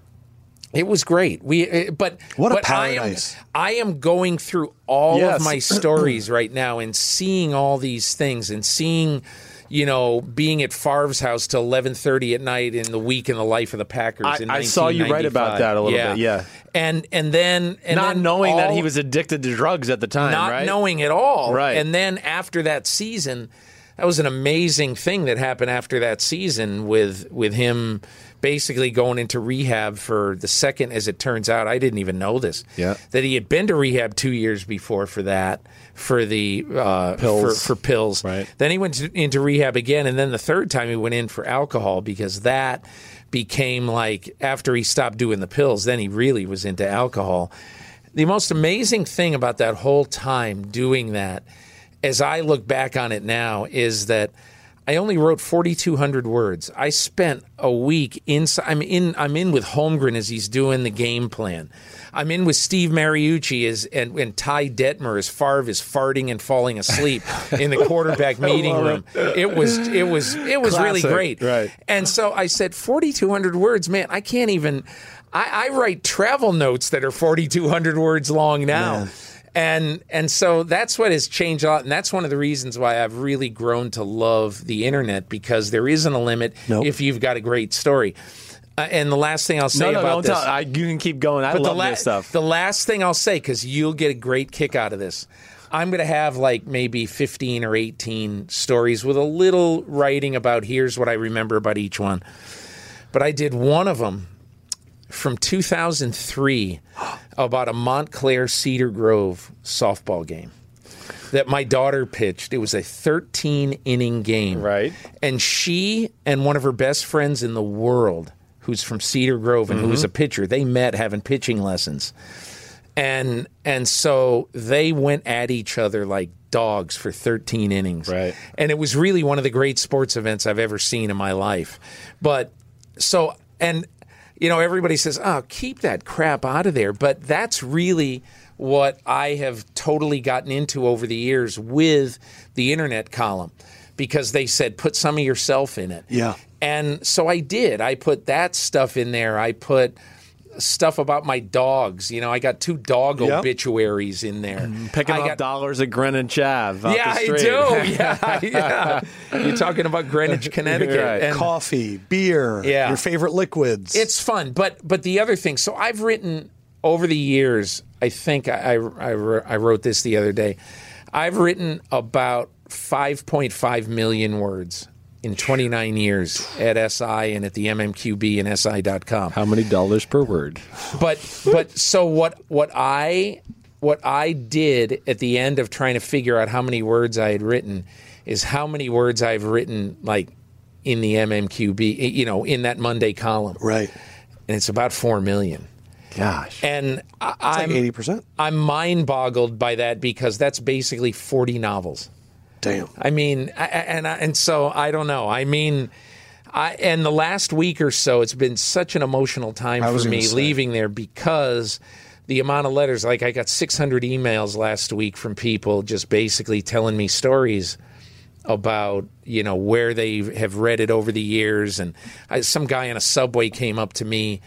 Speaker 3: it was great. We, eh, but
Speaker 1: What a
Speaker 3: but
Speaker 1: paradise.
Speaker 3: I am, I am going through all
Speaker 4: Yes.
Speaker 3: of my stories right now and seeing all these things and seeing. You know, being at Favre's house till eleven thirty at night in the week in the life of the Packers.
Speaker 4: I-
Speaker 3: in
Speaker 4: I saw you write about
Speaker 3: 1995.
Speaker 4: that a little bit, yeah.
Speaker 3: and and then and
Speaker 4: not
Speaker 3: then
Speaker 4: knowing that
Speaker 3: all-
Speaker 4: he was addicted to drugs at the time,
Speaker 3: not
Speaker 4: right?
Speaker 3: knowing at all,
Speaker 4: Right.
Speaker 3: And then after that season, that was an amazing thing that happened after that season with with him basically going into rehab for the second, as it turns out, I didn't even know this.
Speaker 4: Yeah.
Speaker 3: that he had been to rehab two years before for that for the uh,
Speaker 4: Pills.
Speaker 3: for, for pills.
Speaker 4: Right.
Speaker 3: Then he went to, into rehab again, and then the third time he went in for alcohol because that became like after he stopped doing the pills, then he really was into alcohol. The most amazing thing about that whole time doing that, as I look back on it now, is that I only wrote 4,200 words. I spent a week inside. I'm in. I'm in with Holmgren as he's doing the game plan. I'm in with Steve Mariucci as and, and Ty Detmer as Favre is farting and falling asleep in the quarterback meeting room. It. was. It was. It was really
Speaker 4: Classic,
Speaker 3: great.
Speaker 4: right.
Speaker 3: And so I said 4,200 words. Man, I can't even. I, I write travel notes that are 4,200 words long now. And and so that's what has changed a lot, and that's one of the reasons why I've really grown to love the internet because there isn't a limit
Speaker 1: Nope.
Speaker 3: if you've got a great story. Uh, and the last thing I'll say
Speaker 4: No, no,
Speaker 3: about
Speaker 4: don't
Speaker 3: this,
Speaker 4: tell. I, you can keep going. I
Speaker 3: but
Speaker 4: love
Speaker 3: the la-
Speaker 4: this stuff.
Speaker 3: The last thing I'll say, because you'll get a great kick out of this. I'm going to have like maybe 15 or 18 stories with a little writing about here's what I remember about each one. But I did one of them from 2003 about a Montclair Cedar Grove softball game that my daughter pitched. It was a 13 inning game.
Speaker 4: Right.
Speaker 3: And she and one of her best friends in the world, who's from Cedar Grove and who was a pitcher, they met having pitching lessons. And and so they went at each other like dogs for 13 innings.
Speaker 4: Right.
Speaker 3: And it was really one of the great sports events I've ever seen in my life. But so and you know everybody says, "Oh, keep that crap out of there." But that's really what I have totally gotten into over the years with the internet column because they said put some of yourself in it.
Speaker 1: Yeah.
Speaker 3: And so I did. I put that stuff in there. I put stuff about my dogs. You know, I got two dog
Speaker 1: Yeah.
Speaker 3: obituaries in there.
Speaker 4: Mm-hmm. Picking
Speaker 3: I
Speaker 4: up
Speaker 3: got-
Speaker 4: dollars at Greenwich Ave. off
Speaker 3: yeah,
Speaker 4: the
Speaker 3: I
Speaker 4: street.
Speaker 3: do. Yeah, yeah. You're talking about Greenwich, Connecticut.
Speaker 4: Right.
Speaker 3: and-
Speaker 1: Coffee, beer,
Speaker 3: Yeah.
Speaker 1: your favorite liquids.
Speaker 3: it's fun, but but the other thing. So I've written over the years. I think I I, I wr- I wrote this the other day. I've written about 5.5 million words in 29 years at SI and at the MMQB and SI.com.
Speaker 4: How many dollars per word?
Speaker 3: but but so what what I what I did at the end of trying to figure out how many words I had written is how many words I've written like in the MMQB, you know, in that Monday column.
Speaker 1: right.
Speaker 3: And it's about 4 million.
Speaker 4: Gosh.
Speaker 3: And I,
Speaker 1: Like
Speaker 3: I'm
Speaker 1: 80%.
Speaker 3: I'm mind boggled by that because that's basically 40 novels.
Speaker 1: Damn.
Speaker 3: I mean, I, I- and I, and so I don't know. I mean, I and the last week or so, it's been such an emotional time
Speaker 1: I was
Speaker 3: for
Speaker 1: gonna
Speaker 3: me
Speaker 1: say.
Speaker 3: leaving there because the amount of letters. Like I got 600 emails last week from people just basically telling me stories about you know where they have read it over the years and I, some guy on a subway came up to me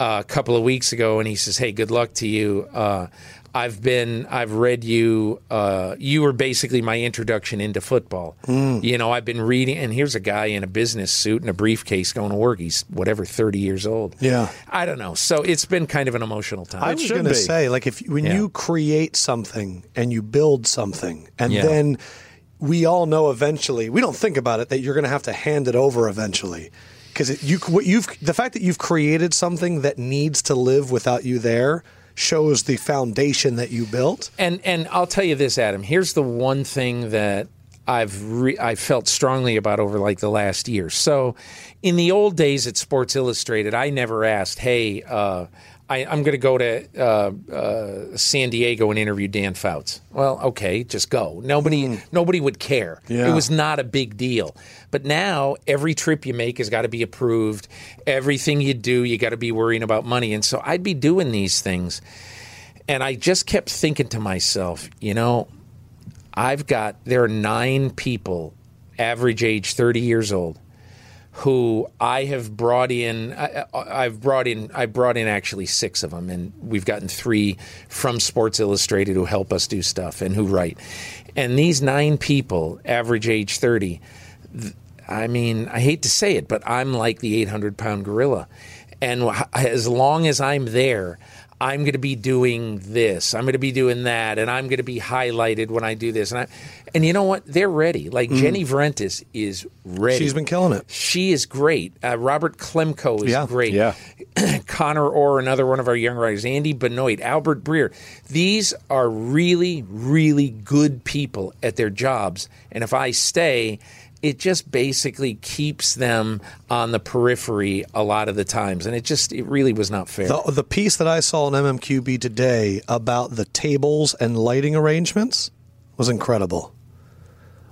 Speaker 3: uh, a couple of weeks ago and he says hey good luck to you uh, i've been i've read you uh, you were basically my introduction into football
Speaker 1: Hmm.
Speaker 3: you know i've been reading and here's a guy in a business suit and a briefcase going to work he's whatever 30 years old
Speaker 1: Yeah.
Speaker 3: i don't know so it's been kind of an emotional time
Speaker 1: I
Speaker 4: It
Speaker 1: was
Speaker 4: should
Speaker 1: going to
Speaker 4: be.
Speaker 1: say, like, if when
Speaker 3: Yeah.
Speaker 1: you create something and you build something, and
Speaker 3: Yeah.
Speaker 1: then we all know eventually, we don't think about it that you're going to have to hand it over eventually, because you what you've the fact that you've created something that needs to live without you there shows the foundation that you built.
Speaker 3: and and I'll tell you this, Adam. Here's the one thing that I've re- I felt strongly about over like the last year. So, in the old days at Sports Illustrated, I never asked, "Hey, uh, I, I'm going to go to uh, uh, San Diego and interview Dan Fouts." Well, okay, just go. Nobody nobody would care.
Speaker 1: Yeah.
Speaker 3: It was not a big deal. But now every trip you make has got to be approved. Everything you do, you got to be worrying about money. And so I'd be doing these things. And I just kept thinking to myself, you know, I've got, there are nine people, average age 30 years old, who I have brought in. I, I- I've brought in. I brought in actually six of them, and we've gotten three from Sports Illustrated who help us do stuff and who write. And these nine people, average age thirty. th- I mean, I hate to say it, but I'm like the 800 pound gorilla, and wh- as long as I'm there. I'm going to be doing this. I'm going to be doing that, and I'm going to be highlighted when I do this. And I, and you know what? They're ready. Like Jenny Varentis is ready.
Speaker 1: Mm-hmm. She's been killing it.
Speaker 3: She is great. Uh, Robert Klemko is
Speaker 1: Yeah.
Speaker 3: great.
Speaker 4: Yeah.
Speaker 3: Connor Orr, another one of our young writers. Andy Benoit, Albert Breer. These are really, really good people at their jobs. And if I stay, it just basically keeps them on the periphery a lot of the times. And it just, it really was not fair.
Speaker 1: The, the piece that I saw on MMQB today about the tables and lighting arrangements was incredible.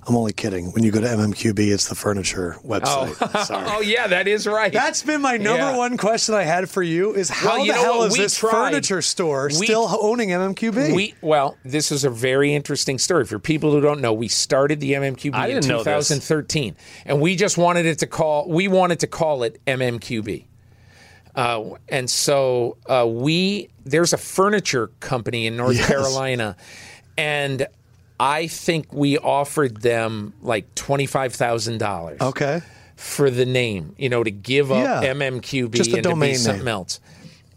Speaker 1: I'm only kidding. When you go to MMQB, it's the furniture website. Sorry.
Speaker 3: Oh yeah, that is right.
Speaker 1: That's been my number
Speaker 3: Yeah.
Speaker 1: one question I had for you is how
Speaker 3: Well, you
Speaker 1: the
Speaker 3: know
Speaker 1: hell
Speaker 3: what?
Speaker 1: is
Speaker 3: We
Speaker 1: this
Speaker 3: tried.
Speaker 1: furniture store
Speaker 3: We-
Speaker 1: still owning MMQB?
Speaker 3: We well, this is a very interesting story. For people who don't know, we started the
Speaker 4: I
Speaker 3: MMQB in
Speaker 4: didn't know this.
Speaker 3: 2013, and we just wanted it to call. We wanted to call it MMQB, uh, and so uh, we there's a furniture company in North
Speaker 1: Yes.
Speaker 3: Carolina, and I think we offered them like twenty five thousand dollars
Speaker 1: okay.
Speaker 3: for the name, you know, to give up
Speaker 1: Yeah.
Speaker 3: MMQB
Speaker 1: Just a
Speaker 3: and to be
Speaker 1: domain
Speaker 3: something
Speaker 1: name.
Speaker 3: else.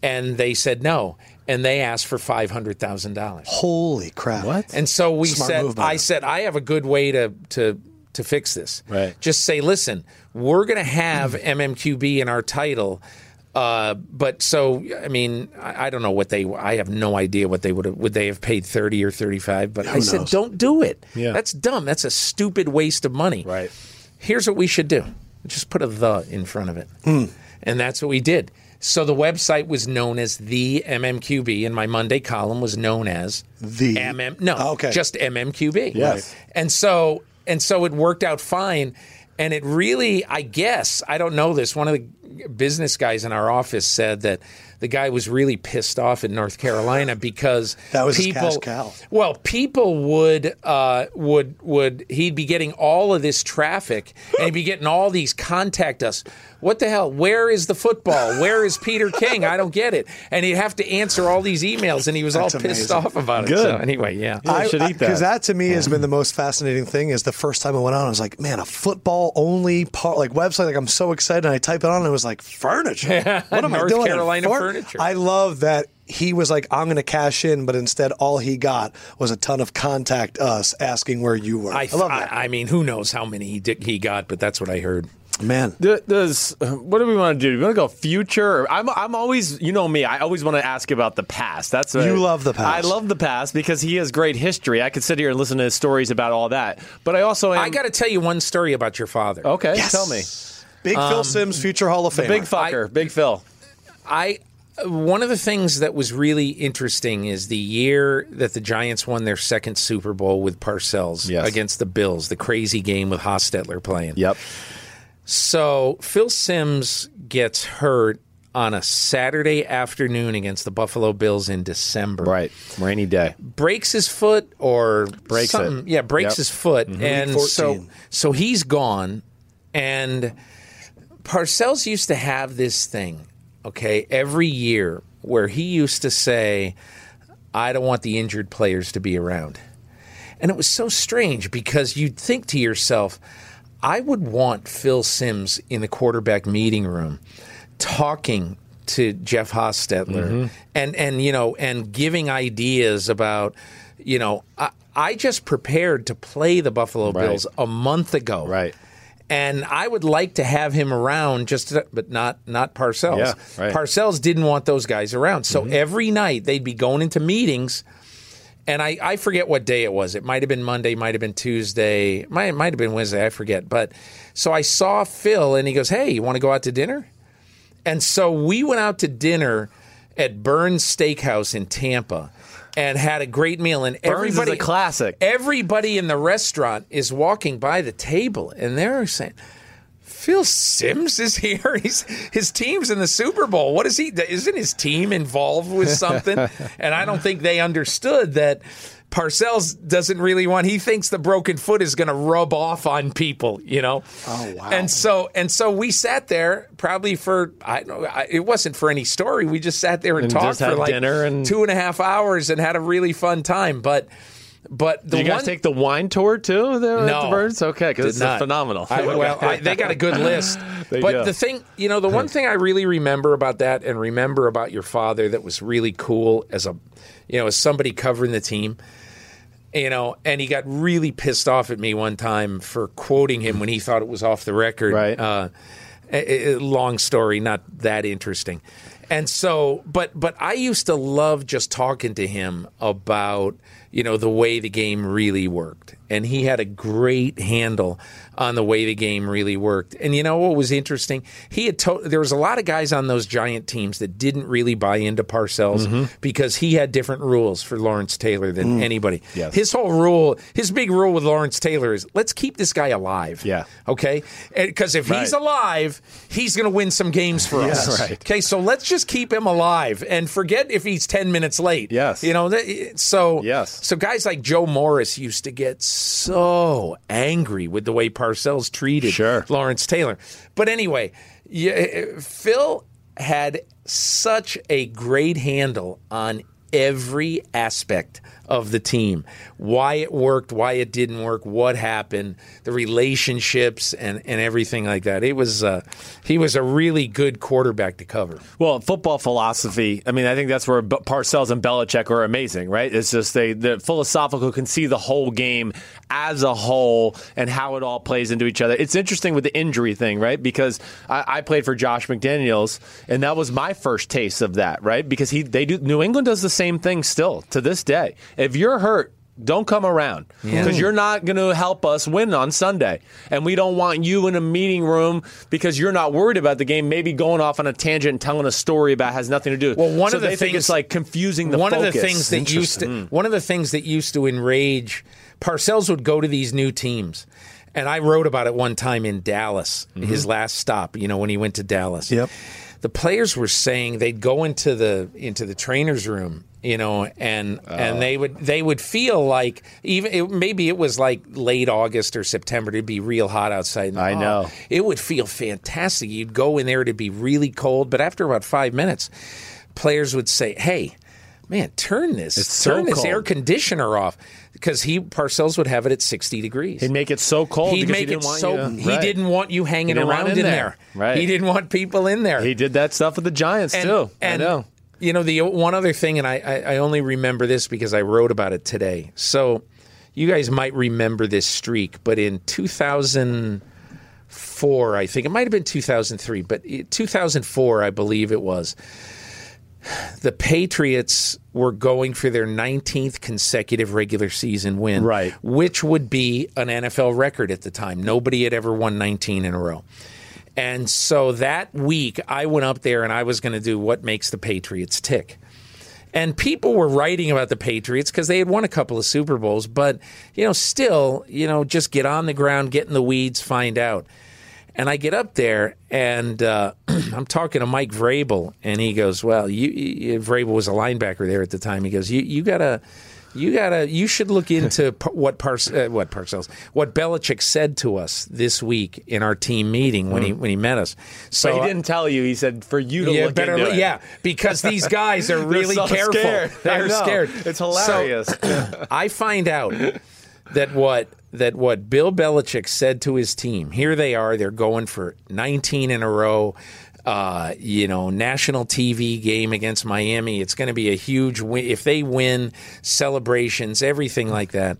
Speaker 3: And they said no. And they asked for five hundred thousand dollars.
Speaker 1: Holy crap. What?
Speaker 3: And so we
Speaker 1: Smart
Speaker 3: said,
Speaker 1: move by
Speaker 3: I
Speaker 1: them.
Speaker 3: said, I have a good way to to to fix this.
Speaker 4: Right.
Speaker 3: Just say, listen, we're going to have MMQB in our title. Uh, but so I mean I, I don't know what they I have no idea what they would have would they have paid thirty or thirty five but I said
Speaker 1: knows?
Speaker 3: don't do it
Speaker 4: Yeah.
Speaker 3: that's dumb that's a stupid waste of money
Speaker 4: Right.
Speaker 3: here's what we should do just put a the in front of it and that's what we did so the website was known as the MMQB and my Monday column was known as
Speaker 1: The- Ah,
Speaker 3: MM no
Speaker 1: Okay.
Speaker 3: just MMQB
Speaker 4: Yes.
Speaker 3: and so and so it worked out fine and it really I guess I don't know this one of the business guys in our office said that the guy was really pissed off in North Carolina because
Speaker 1: That was his
Speaker 3: people
Speaker 1: cash cow.
Speaker 3: well, people would uh, would would he'd be getting all of this traffic, and he'd be getting all these contact us. What the hell? Where is the football? Where is Peter King? I don't get it. And he'd have to answer all these emails, and he was all
Speaker 1: That's
Speaker 3: pissed
Speaker 1: amazing.
Speaker 3: off about it.
Speaker 4: Good.
Speaker 3: So anyway, yeah.
Speaker 4: I should eat
Speaker 1: Because that
Speaker 4: that.
Speaker 1: to me has been the most fascinating thing. Is the first time I went on, I was like, man, a football only part like website. Like I'm so excited, and I type it on, and it was like furniture. what am I
Speaker 3: North
Speaker 1: doing? in
Speaker 3: Carolina
Speaker 1: fur-"
Speaker 3: furniture.
Speaker 1: I love that he was like, I'm going to cash in, but instead, all he got was a ton of contact us asking where you were. I,
Speaker 3: I,
Speaker 1: love that,
Speaker 3: I, I mean, who knows how many he did, he got, but that's what I heard.
Speaker 1: man.
Speaker 4: Th- Does what do we want to do? Do we want to go future? I'm I'm always you know me. I always want to ask about the past. That's what
Speaker 1: You love the past.
Speaker 4: I love the past because he has great history. I could sit here and listen to his stories about all that. But I also am,
Speaker 3: I got to tell you one story about your father.
Speaker 4: okay.
Speaker 1: Yes.
Speaker 4: Tell me,
Speaker 1: Big Phil Sims, future Hall of Famer.
Speaker 4: big fucker, big Phil.
Speaker 3: I one of the things that was really interesting is the year that the Giants won their second Super Bowl with Parcells
Speaker 4: Yes.
Speaker 3: against the Bills, the crazy game with Hostetler playing.
Speaker 4: Yep.
Speaker 3: So Phil Sims gets hurt on a Saturday afternoon against the Buffalo Bills in December.
Speaker 4: Right. Rainy day.
Speaker 3: Breaks his foot or
Speaker 4: Breaks
Speaker 3: something.
Speaker 4: it.
Speaker 3: Yeah, breaks
Speaker 4: Yep. Mm-hmm.
Speaker 3: his foot. And
Speaker 1: Week
Speaker 3: so
Speaker 1: 14.
Speaker 3: so he's gone and Parcells used to have this thing, okay, every year where he used to say, I don't want the injured players to be around. And it was so strange because you'd think to yourself, I would want Phil Sims in the quarterback meeting room talking to Jeff Hostetler
Speaker 4: Mm-hmm.
Speaker 3: and, and, you know, and giving ideas about, you know, I, I just prepared to play the Buffalo
Speaker 4: Right.
Speaker 3: Bills a month ago
Speaker 4: Right.
Speaker 3: and I would like to have him around, just to, but not not Parcells.
Speaker 4: Yeah, right. Mm-hmm.
Speaker 3: Parcells didn't want those guys around, so every night they'd be going into meetings, and I, I forget what day it was. It might have been Monday, might have been Tuesday, might might have been Wednesday. I forget. But so I saw Phil, and he goes, "Hey, you want to go out to dinner?" And so we went out to dinner at Burns Steakhouse in Tampa. And had a great meal, and
Speaker 4: Burns is
Speaker 3: everybody
Speaker 4: a classic.
Speaker 3: everybody in the restaurant is walking by the table and they're saying Phil Sims is here. He's his team's in the Super Bowl. What is he? Isn't his team involved with something? and I don't think they understood that Parcells doesn't really want. He thinks the broken foot is going to rub off on people. You know.
Speaker 1: Oh, wow.
Speaker 3: And so and so we sat there probably for I don't know. I- It wasn't for any story. We just sat there and,
Speaker 4: And
Speaker 3: talked
Speaker 4: just
Speaker 3: for
Speaker 4: had
Speaker 3: like
Speaker 4: dinner and-
Speaker 3: two and a half hours and had a really fun time. But but the
Speaker 4: Did you guys
Speaker 3: one
Speaker 4: take the wine tour too? There at the
Speaker 3: No.
Speaker 4: birds. Okay,
Speaker 3: Did
Speaker 4: because it's
Speaker 3: not.
Speaker 4: phenomenal.
Speaker 3: I- well, I, they got a good list.
Speaker 4: They
Speaker 3: but
Speaker 4: do.
Speaker 3: the thing, you know, the one thing I really remember about that and remember about your father that was really cool as a, you know, as somebody covering the team, you know, and he got really pissed off at me one time for quoting him when he thought it was off the record.
Speaker 4: Right.
Speaker 3: Uh, a- a- a long story, not that interesting. And so, but but I used to love just talking to him about you know the way the game really worked, and he had a great handle on the way the game really worked. And you know what was interesting? He had to- there was a lot of guys on those giant teams that didn't really buy into Parcells
Speaker 4: Mm-hmm.
Speaker 3: because he had different rules for Lawrence Taylor than anybody.
Speaker 4: Mm. Yes.
Speaker 3: His whole rule, his big rule with Lawrence Taylor is let's keep this guy alive.
Speaker 4: Yeah.
Speaker 3: Okay? Because if
Speaker 4: Right.
Speaker 3: he's alive, he's going to win some games for us.
Speaker 4: Right.
Speaker 3: Okay, so let's just keep him alive and forget if he's 10 minutes late.
Speaker 4: Yes.
Speaker 3: You know, that- so
Speaker 4: Yes.
Speaker 3: so guys like Joe Morris used to get so angry with the way Parcells treated
Speaker 4: Sure.
Speaker 3: Lawrence Taylor. But anyway, yeah, Phil had such a great handle on every aspect of the team why it worked why it didn't work what happened the relationships and, and everything like that it was uh, he was a really good quarterback to cover
Speaker 4: Well, football philosophy. I mean, I think that's where B- Parcells and Belichick are amazing, right? It's just they the philosophical can see the whole game as a whole and how it all plays into each other. It's interesting with the injury thing, right? Because I, I played for Josh McDaniels, and that was my first taste of that, right? Because he they do New England does the same thing still to this day. If you're hurt. Don't come around because you're not going to help us win on Sunday. And we don't want you in a meeting room because you're not worried about the game, maybe going off on a tangent and telling a story about has nothing to do.
Speaker 3: Well, one
Speaker 4: So
Speaker 3: of the
Speaker 4: they think
Speaker 3: things-
Speaker 4: it's like confusing the
Speaker 3: one of the
Speaker 4: focus.
Speaker 3: things that used to one of the things that used to enrage Parcells would go to these new teams. And I wrote about it one time in Dallas, his last stop, you know, when he went to Dallas.
Speaker 1: Yep.
Speaker 3: The players were saying they'd go into the into the trainer's room, you know, and and they would they would feel like even it, maybe it was like late August or September to be real hot outside. And,
Speaker 4: I
Speaker 3: oh,
Speaker 4: know.
Speaker 3: it would feel fantastic. You'd go in there to be really cold, but after about five minutes, players would say, "Hey, man, turn this,
Speaker 4: so
Speaker 3: turn this
Speaker 4: cold."
Speaker 3: air conditioner off," because he Parcells would have it at sixty degrees.
Speaker 4: He'd make it so cold
Speaker 3: He'd
Speaker 4: because
Speaker 3: make
Speaker 4: he
Speaker 3: it
Speaker 4: didn't want
Speaker 3: so
Speaker 4: you to-
Speaker 3: he
Speaker 4: Right.
Speaker 3: didn't want you hanging
Speaker 4: didn't want
Speaker 3: around
Speaker 4: in
Speaker 3: in
Speaker 4: there.
Speaker 3: there.
Speaker 4: Right.
Speaker 3: He didn't want people in there.
Speaker 4: He did that stuff with the Giants too. I know.
Speaker 3: You know the one other thing, and I, I I only remember this because I wrote about it today. So you guys might remember this streak, but in 2004, I think it might have been 2003, but it- 2004, I believe it was. The Patriots were going for their 19th consecutive regular season win,
Speaker 4: Right.
Speaker 3: Which would be an NFL record at the time. Nobody had ever won 19 in a row. And so that week, I went up there and I was going to do what makes the Patriots tick. And people were writing about the Patriots because they had won a couple of Super Bowls, but you know, still, you know, just get on the ground, get in the weeds, find out. And I get up there and uh, I'm talking to Mike Vrabel, and he goes, "Well, you, you Vrabel was a linebacker there at the time. He goes, you, you gotta." You gotta. You should look into par- what Pars, uh, what Parcells, what Belichick said to us this week in our team meeting when he when he met us. So
Speaker 4: Mm-hmm.
Speaker 3: uh,
Speaker 4: But he didn't tell you. He said for you to
Speaker 3: yeah,
Speaker 4: look
Speaker 3: better,
Speaker 4: into
Speaker 3: li-
Speaker 4: it.
Speaker 3: Yeah, because these guys are really
Speaker 4: so
Speaker 3: careful.
Speaker 4: scared. I
Speaker 3: They're
Speaker 4: know.
Speaker 3: scared.
Speaker 4: It's
Speaker 3: So,
Speaker 4: hilarious.
Speaker 3: I find out that what that what Bill Belichick said to his team. Here they are. They're going for 19 in a row. Uh, you know, national TV game against Miami. It's going to be a huge win if they win. Celebrations, everything like that.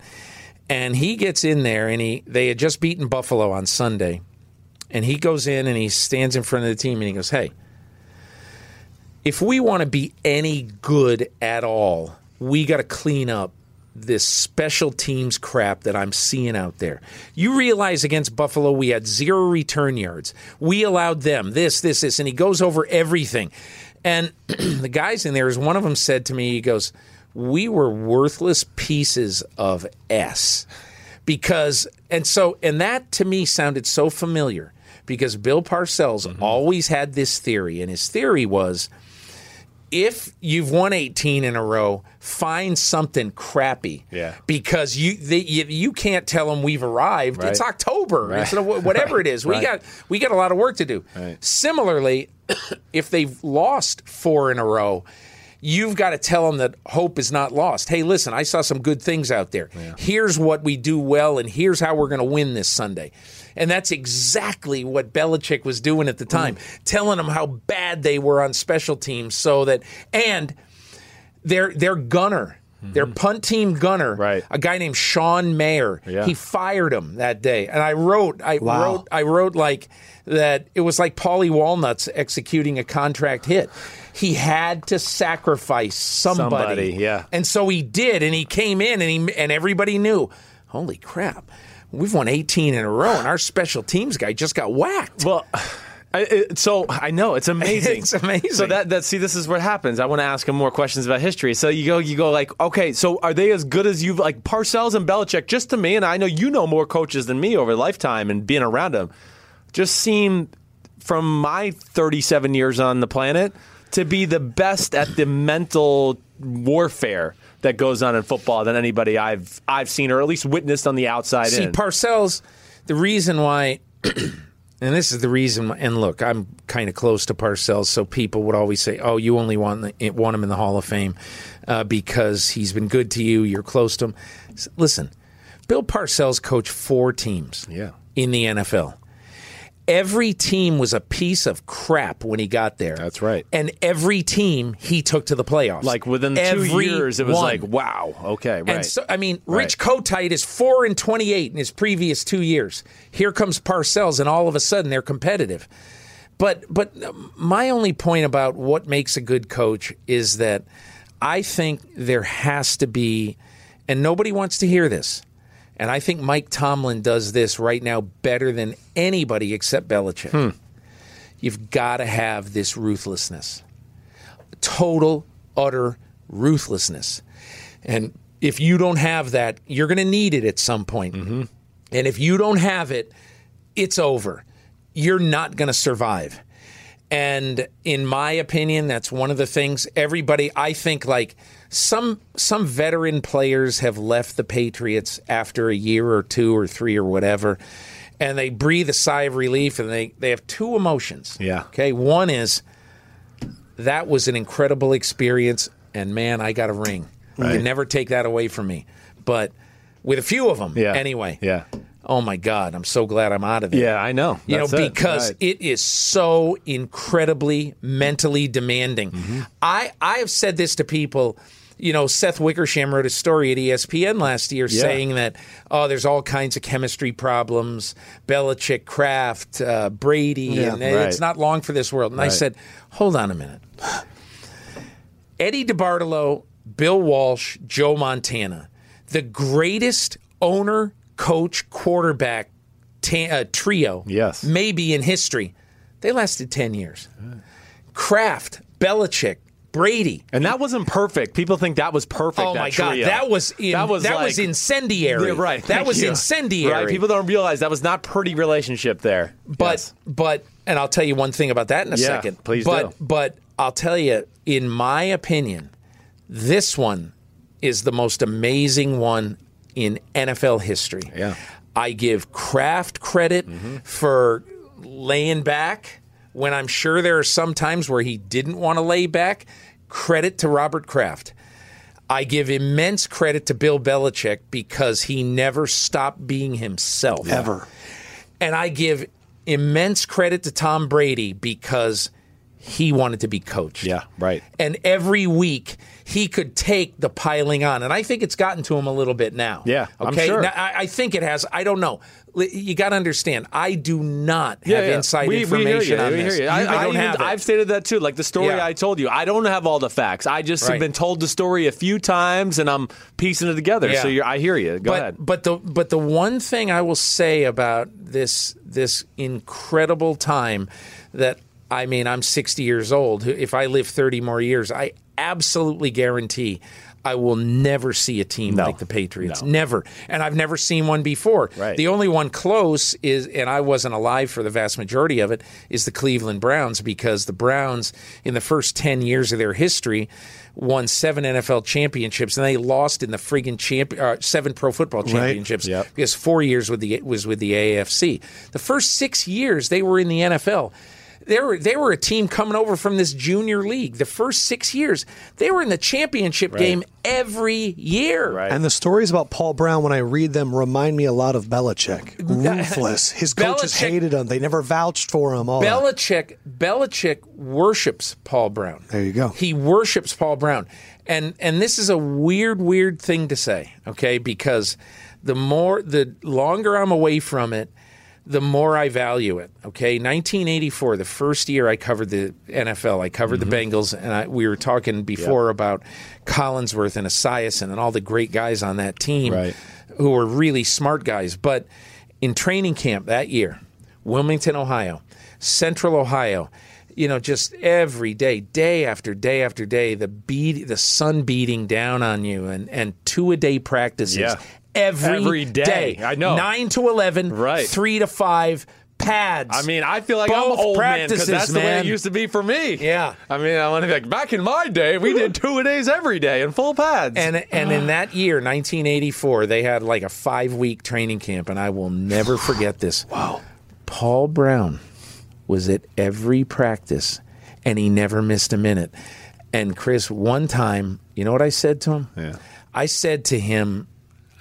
Speaker 3: And he gets in there, and he they had just beaten Buffalo on Sunday, and he goes in and he stands in front of the team and he goes, "Hey." if we want to be any good at all, we got to clean up this special teams crap that I'm seeing out there. You realize against Buffalo, we had zero return yards. We allowed them this, this, this, and he goes over everything. And the guys in there is one of them said to me, he goes, "We were worthless pieces of s." because and so and that to me sounded so familiar because Bill Parcells always had this theory and his theory was if you've won 18 in a row find something crappy
Speaker 4: Yeah.
Speaker 3: because you they, you, you can't tell them we've arrived it's
Speaker 4: Right.
Speaker 3: October it's a- whatever it is we
Speaker 4: Right.
Speaker 3: got we got a lot of work to do
Speaker 4: Right.
Speaker 3: similarly if they've lost 4 in a row You've got to tell them that hope is not lost. Hey, listen, I saw some good things out there. Here's what we do well, and here's how we're going to win this Sunday. And that's exactly what Belichick was doing
Speaker 4: Mm.
Speaker 3: at the time, telling them how bad they were on special teams, so that and their their gunner, their punt team gunner,
Speaker 4: Mm-hmm. Right.
Speaker 3: a guy named Sean Mayer,
Speaker 4: Yeah.
Speaker 3: he fired him that day. And I wrote, I
Speaker 1: Wow.
Speaker 3: wrote, I wrote like that. It was like Paulie Walnuts executing a contract hit. He had to sacrifice somebody.
Speaker 4: Somebody, yeah.
Speaker 3: And so he did, and he came in, and he and everybody knew. holy crap, we've won 18 in a row, and our special teams guy just got whacked.
Speaker 4: Well, I, it, so I know it's amazing.
Speaker 3: It's amazing.
Speaker 4: So that that see, this is what happens. I want to ask him more questions about history. So you go, you go like, okay, so are they as good as you? Like Parcells and Belichick, just to me, and I know you know more coaches than me over a lifetime and being around them, just seem from my 37 years on the planet to be the best at the mental warfare that goes on in football than anybody I've I've seen or at least witnessed on the outside.
Speaker 3: See,
Speaker 4: in.
Speaker 3: Parcells, the reason why, and this is the reason, and look, I'm kind of close to Parcells, so people would always say, oh, you only want, the, want him in the Hall of Fame uh, because he's been good to you, you're close to him. S- Listen, Bill Parcells coached four teams
Speaker 4: Yeah.
Speaker 3: in the NFL. Every team was a piece of crap when he got there.
Speaker 4: That's right.
Speaker 3: And every team he took to the playoffs.
Speaker 4: like within two
Speaker 3: Every
Speaker 4: years, it was
Speaker 3: one.
Speaker 4: like, wow, okay, right.
Speaker 3: And so, I mean, Rich
Speaker 4: Right.
Speaker 3: Kotite is four and twenty-eight in his previous two years. Here comes Parcells, and all of a sudden they're competitive. But but um, my only point about what makes a good coach is that I think there has to be, and nobody wants to hear this. And I think Mike Tomlin does this right now better than anybody except Belichick.
Speaker 4: Hmm.
Speaker 3: You've got to have this ruthlessness total, utter ruthlessness. And if you don't have that, you're going to need it at some point. And if you don't have it, it's over. You're not going to survive. And in my opinion, that's one of the things everybody I think like some some veteran players have left the Patriots after a year or two or three or whatever and they breathe a sigh of relief and they they have two emotions.
Speaker 4: Yeah.
Speaker 3: Okay, one is that was an incredible experience and man i got a ring you can never take that away from me but with a few of them
Speaker 4: Yeah.
Speaker 3: anyway
Speaker 4: Yeah.
Speaker 3: oh my god i'm so glad i'm out of there
Speaker 4: Yeah, I know.
Speaker 3: you know
Speaker 4: That's it.
Speaker 3: because
Speaker 4: Right.
Speaker 3: it is so incredibly mentally demanding
Speaker 4: Mm-hmm.
Speaker 3: i i have said this to people you know seth wickersham wrote a story at E espn last year saying that oh there's all kinds of chemistry problems belichick kraft uh, brady and
Speaker 4: right.
Speaker 3: it's not long for this world and i
Speaker 4: Right.
Speaker 3: said hold on a minute Eddie DeBartolo, Bill Walsh, Joe Montana, the greatest owner, coach, quarterback ta- uh, trio,
Speaker 4: Yes.
Speaker 3: maybe in history. They lasted 10 years. Kraft, Belichick, Brady.
Speaker 4: And that wasn't perfect. People think that was perfect.
Speaker 3: Oh
Speaker 4: that
Speaker 3: my God,
Speaker 4: trio.
Speaker 3: that was in, that was,
Speaker 4: like-
Speaker 3: incendiary.
Speaker 4: Yeah, right.
Speaker 3: that
Speaker 4: Thank
Speaker 3: was
Speaker 4: you.
Speaker 3: incendiary.
Speaker 4: Right. People don't realize that was not pretty relationship there.
Speaker 3: But
Speaker 4: Yes.
Speaker 3: but and I'll tell you one thing about that in a
Speaker 4: Yeah,
Speaker 3: second.
Speaker 4: please
Speaker 3: but
Speaker 4: do.
Speaker 3: but I'll tell you, in my opinion, this one is the most amazing one in NFL history.
Speaker 4: Yeah. Mm-hmm.
Speaker 3: I give Kraft credit for laying back when I'm sure there are some times where he didn't want to lay back. Credit to Robert Kraft. I give immense credit to Bill Belichick because he never stopped being himself.
Speaker 1: Ever.
Speaker 3: And I give immense credit to Tom Brady because he wanted to be coached.
Speaker 4: Yeah, right.
Speaker 3: And every week he could take the piling on. And I think it's gotten to him a little bit now.
Speaker 4: Yeah, I'm
Speaker 3: Okay.
Speaker 4: sure.
Speaker 3: Now, I, I think it has. I don't know. L- You got to understand, I do not have inside
Speaker 4: we, We hear
Speaker 3: information
Speaker 4: you.
Speaker 3: on
Speaker 4: we
Speaker 3: this.
Speaker 4: Hear you. I,
Speaker 3: I
Speaker 4: I
Speaker 3: don't
Speaker 4: even-
Speaker 3: have it.
Speaker 4: I've stated that too. Like the story
Speaker 3: Yeah.
Speaker 4: I told you, I don't have all the facts. I just
Speaker 3: Right.
Speaker 4: have been told the story a few times, and I'm piecing it together.
Speaker 3: Yeah.
Speaker 4: So you're, I hear you. Go
Speaker 3: but,
Speaker 4: ahead.
Speaker 3: But the but the one thing I will say about this this incredible time that I mean I'm 60 years old. If I live 30 more years, I absolutely guarantee I will never see a team like the Patriots. Never, and I've never seen one before.
Speaker 4: Right.
Speaker 3: The only one close is, and I wasn't alive for the vast majority of it, is the Cleveland Browns because the Browns in the first 10 years of their history won seven NFL championships and they lost in the friggin' champ- uh, seven pro football championships
Speaker 4: Yep.
Speaker 3: because four years with the, was with the AFC. The first six years they were in the NFL. They were, they were a team coming over from this junior league. The first six years, they were in the championship game every year.
Speaker 4: Right.
Speaker 1: And the stories about Paul Brown, when I read them, remind me a lot of Belichick. Ruthless. His coaches
Speaker 3: Belichick-
Speaker 1: hated him. They never vouched for him. All that.
Speaker 3: Belichick Belichick worships Paul Brown.
Speaker 1: There you go.
Speaker 3: He worships Paul Brown. And and this is a weird weird thing to say, okay? Because the more the longer I'm away from it, the more I value it, okay? 1984, the first year I covered the NFL, I covered the
Speaker 1: Mm-hmm.
Speaker 3: Bengals and I, we were talking before about Collinsworth and Esiason and all the great guys on that team
Speaker 4: Right.
Speaker 3: who were really smart guys. But in training camp that year, Wilmington, Ohio, Central Ohio, you know, just every day, day after day after day, the beat, the sun beating down on you, and and two a day practices.
Speaker 4: Yeah. Every
Speaker 3: every
Speaker 4: day. I know.
Speaker 3: nine to eleven,
Speaker 4: Right.
Speaker 3: three to five pads.
Speaker 4: I mean, I feel like
Speaker 3: Both
Speaker 4: I'm old man because
Speaker 3: practices,
Speaker 4: that's the way
Speaker 3: man.
Speaker 4: it used to be for me.
Speaker 3: Yeah.
Speaker 4: I mean, I want to be like back in my day, we did two a days every day in full pads.
Speaker 3: And and in that year, 1984, they had like a five week training camp, and I will never forget this. wow. Paul Brown was at every practice, and he never missed a minute. And Chris, one time, you know what I said to him?
Speaker 4: Yeah.
Speaker 3: I said to him,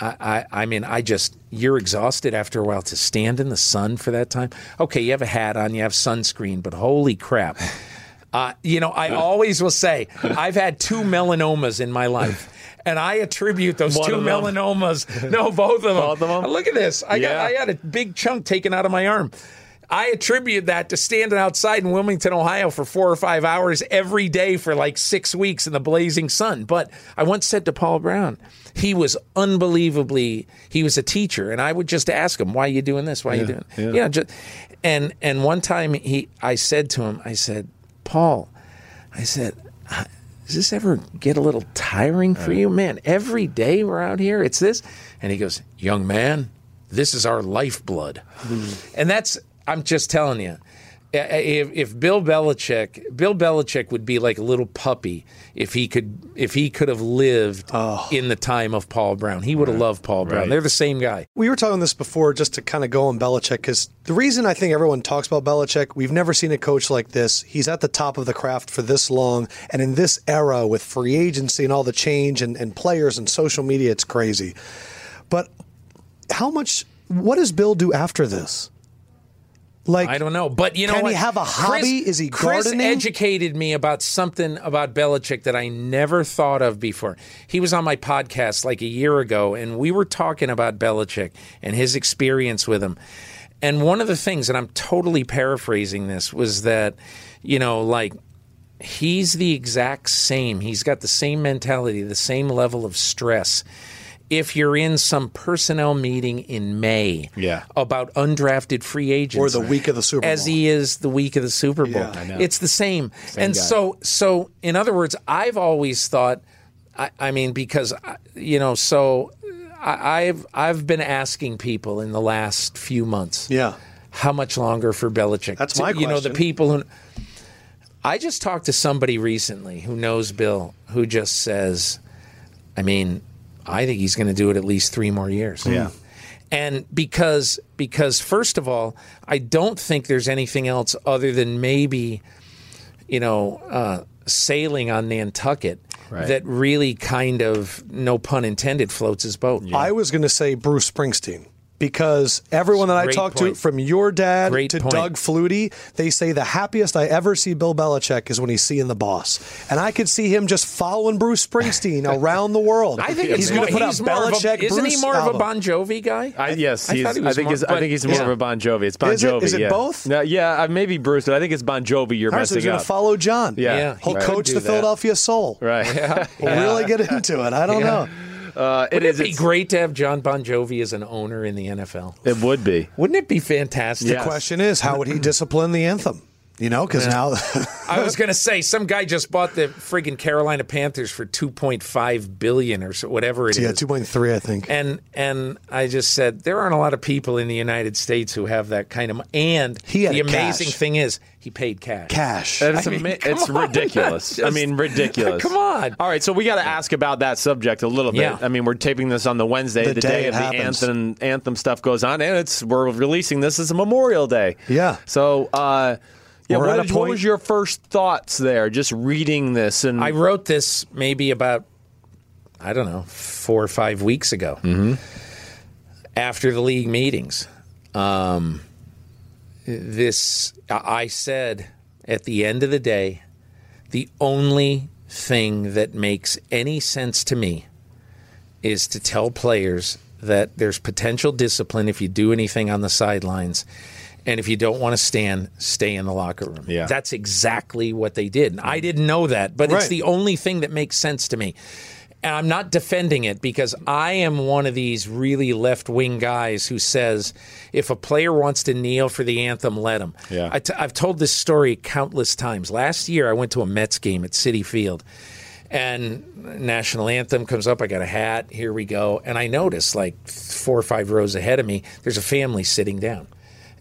Speaker 3: I, I, I mean, I just, you're exhausted after a while to stand in the sun for that time. Okay, you have a hat on, you have sunscreen, but holy crap. Uh, you know, I always will say, I've had two melanomas in my life. And I attribute those
Speaker 4: One
Speaker 3: two
Speaker 4: of them.
Speaker 3: melanomas. No, both of them.
Speaker 4: Both of them?
Speaker 3: Look at this. I
Speaker 4: Yeah.
Speaker 3: got I had a big chunk taken out of my arm. I attribute that to standing outside in Wilmington, Ohio for four or five hours every day for like six weeks in the blazing sun. But I once said to Paul Brown, he was unbelievably he was a teacher, and I would just ask him, Why are you doing this? Why are you doing
Speaker 4: yeah.
Speaker 3: yeah, just and and one time he I said to him, I said, Paul, I said, does this ever get a little tiring for you? Man, every day we're out here, it's this. And he goes, Young man, this is our lifeblood.
Speaker 4: Mm-hmm.
Speaker 3: and that's, I'm just telling you. i- i- If, if Bill Belichick, Bill Belichick would be like a little puppy if he could if he could have lived in the time of Paul Brown, he would have loved Paul Brown.
Speaker 4: Oh. Right.
Speaker 3: They're the same guy.
Speaker 1: We were talking this before just to kind of go on Belichick because the reason I think everyone talks about Belichick, we've never seen a coach like this. He's at the top of the craft for this long. And in this era with free agency and all the change and, and players and social media, it's crazy. But how much, what does Bill do after this? Like,
Speaker 3: I don't know, but you know,
Speaker 1: Can he
Speaker 3: what?
Speaker 1: have a hobby? Is he
Speaker 3: Chris
Speaker 1: gardening?
Speaker 3: educated me about something about Belichick that I never thought of before. He was on my podcast like a year ago, and we were talking about Belichick and his experience with him. And one of the things, and I'm totally paraphrasing this, was that you know, like he's the exact same. He's got the same mentality, the same level of stress. If you're in some personnel meeting in May
Speaker 4: Yeah.
Speaker 3: about undrafted free agents
Speaker 1: Or the week of the Super
Speaker 3: as
Speaker 1: Bowl.
Speaker 3: he he is the week of the Super Bowl.
Speaker 1: Yeah. I
Speaker 4: know.
Speaker 3: It's the same. and
Speaker 4: guy.
Speaker 3: so, so in other words, I've always thought, I, I mean, because I- you know, so I, I've I've been asking people in the last few months,
Speaker 1: Yeah.
Speaker 3: how much longer for Belichick?
Speaker 1: That's
Speaker 3: To-
Speaker 1: my
Speaker 3: You know, the
Speaker 1: question.
Speaker 3: people who. I just talked to somebody recently who knows Bill, who just says, I mean, I think he's going to do it at least three more years. Yeah. And because because first of all, I don't think there's anything else other than maybe, you know, uh, sailing on Nantucket
Speaker 4: Right.
Speaker 3: that really kind of, no pun intended, floats his boat.
Speaker 1: I was going to say Bruce Springsteen because everyone that I
Speaker 3: Great
Speaker 1: talk to,
Speaker 3: point.
Speaker 1: from your dad
Speaker 3: Great
Speaker 1: to
Speaker 3: point.
Speaker 1: Doug Flutie, they say the happiest I ever see Bill Belichick is when he's seeing the boss. And I could see him just following Bruce Springsteen around the world.
Speaker 3: I think
Speaker 1: he's
Speaker 3: it's
Speaker 1: going
Speaker 3: more-
Speaker 1: to put out
Speaker 3: he's more of a-
Speaker 1: Belichick.
Speaker 3: Isn't
Speaker 1: Bruce
Speaker 3: he more of a
Speaker 1: album.
Speaker 3: Bon Jovi guy?
Speaker 4: I, yes,
Speaker 3: I
Speaker 4: he's,
Speaker 3: thought he
Speaker 4: I
Speaker 3: was
Speaker 4: think
Speaker 3: more-
Speaker 4: he's, I
Speaker 3: but-
Speaker 4: think he's more
Speaker 3: yeah.
Speaker 4: of a Bon Jovi. It's Bon
Speaker 1: Is it-
Speaker 4: Jovi.
Speaker 1: is it
Speaker 4: yeah.
Speaker 1: both?
Speaker 4: No, yeah, I- maybe Bruce, but I think it's Bon Jovi. You're
Speaker 1: All right, so
Speaker 4: messing
Speaker 1: he's going
Speaker 4: up.
Speaker 1: to follow John.
Speaker 4: Yeah.
Speaker 3: Yeah,
Speaker 1: he'll
Speaker 3: he could
Speaker 1: coach
Speaker 3: do
Speaker 1: the
Speaker 3: that.
Speaker 1: Philadelphia Soul.
Speaker 4: right.
Speaker 1: We'll really get into it. I don't know.
Speaker 4: Uh, it is.
Speaker 3: It'd be
Speaker 4: it's-
Speaker 3: great to have John Bon Jovi as an owner in the NFL.
Speaker 4: It would be.
Speaker 3: Wouldn't it be fantastic?
Speaker 4: Yeah. Yes.
Speaker 1: Question is, how would he discipline the anthem? You know, because now
Speaker 3: I was going to say some guy just bought the friggin' Carolina Panthers for 2.5 billion or so, whatever it is.
Speaker 1: yeah, two point three, I think.
Speaker 3: and and I just said there aren't a lot of people in the United States who have that kind of mo- and
Speaker 1: He had
Speaker 3: the
Speaker 1: cash.
Speaker 3: amazing thing is he paid cash.
Speaker 1: Cash.
Speaker 4: It's,
Speaker 3: I mean,
Speaker 4: ama-
Speaker 3: come
Speaker 4: it's
Speaker 3: on.
Speaker 4: ridiculous. I
Speaker 3: Just-
Speaker 4: mean, ridiculous.
Speaker 3: Come on.
Speaker 4: All right, so we got to ask about that subject a little bit.
Speaker 3: Yeah.
Speaker 4: I mean, we're taping this on the Wednesday,
Speaker 1: The
Speaker 4: the,
Speaker 1: day
Speaker 4: day,
Speaker 1: it
Speaker 4: of the
Speaker 1: happens.
Speaker 4: anthem anthem stuff goes on, and it's we're releasing this as a Memorial Day.
Speaker 1: Yeah.
Speaker 4: So, uh, yeah,
Speaker 1: We're at
Speaker 4: what,
Speaker 1: a
Speaker 4: did- what
Speaker 1: point-
Speaker 4: was your first thoughts there? Just reading this and
Speaker 3: I wrote this maybe about I don't know four or five weeks ago
Speaker 4: Mm-hmm.
Speaker 3: after the league meetings. Um, this I I said at the end of the day, the only thing that makes any sense to me is to tell players that there's potential discipline if you do anything on the sidelines. And if you don't want to stand, stay in the locker room.
Speaker 4: Yeah.
Speaker 3: That's exactly what they did. And I didn't know that, but
Speaker 1: Right.
Speaker 3: it's the only thing that makes sense to me. and I'm not defending it because I am one of these really left wing guys who says if a player wants to kneel for the anthem, let him.
Speaker 2: Yeah.
Speaker 3: I t- I've told this story countless times. Last year, I went to a Mets game at City Field, and national anthem comes up. I got a hat. Here we go, and I notice like four or five rows ahead of me, there's a family sitting down,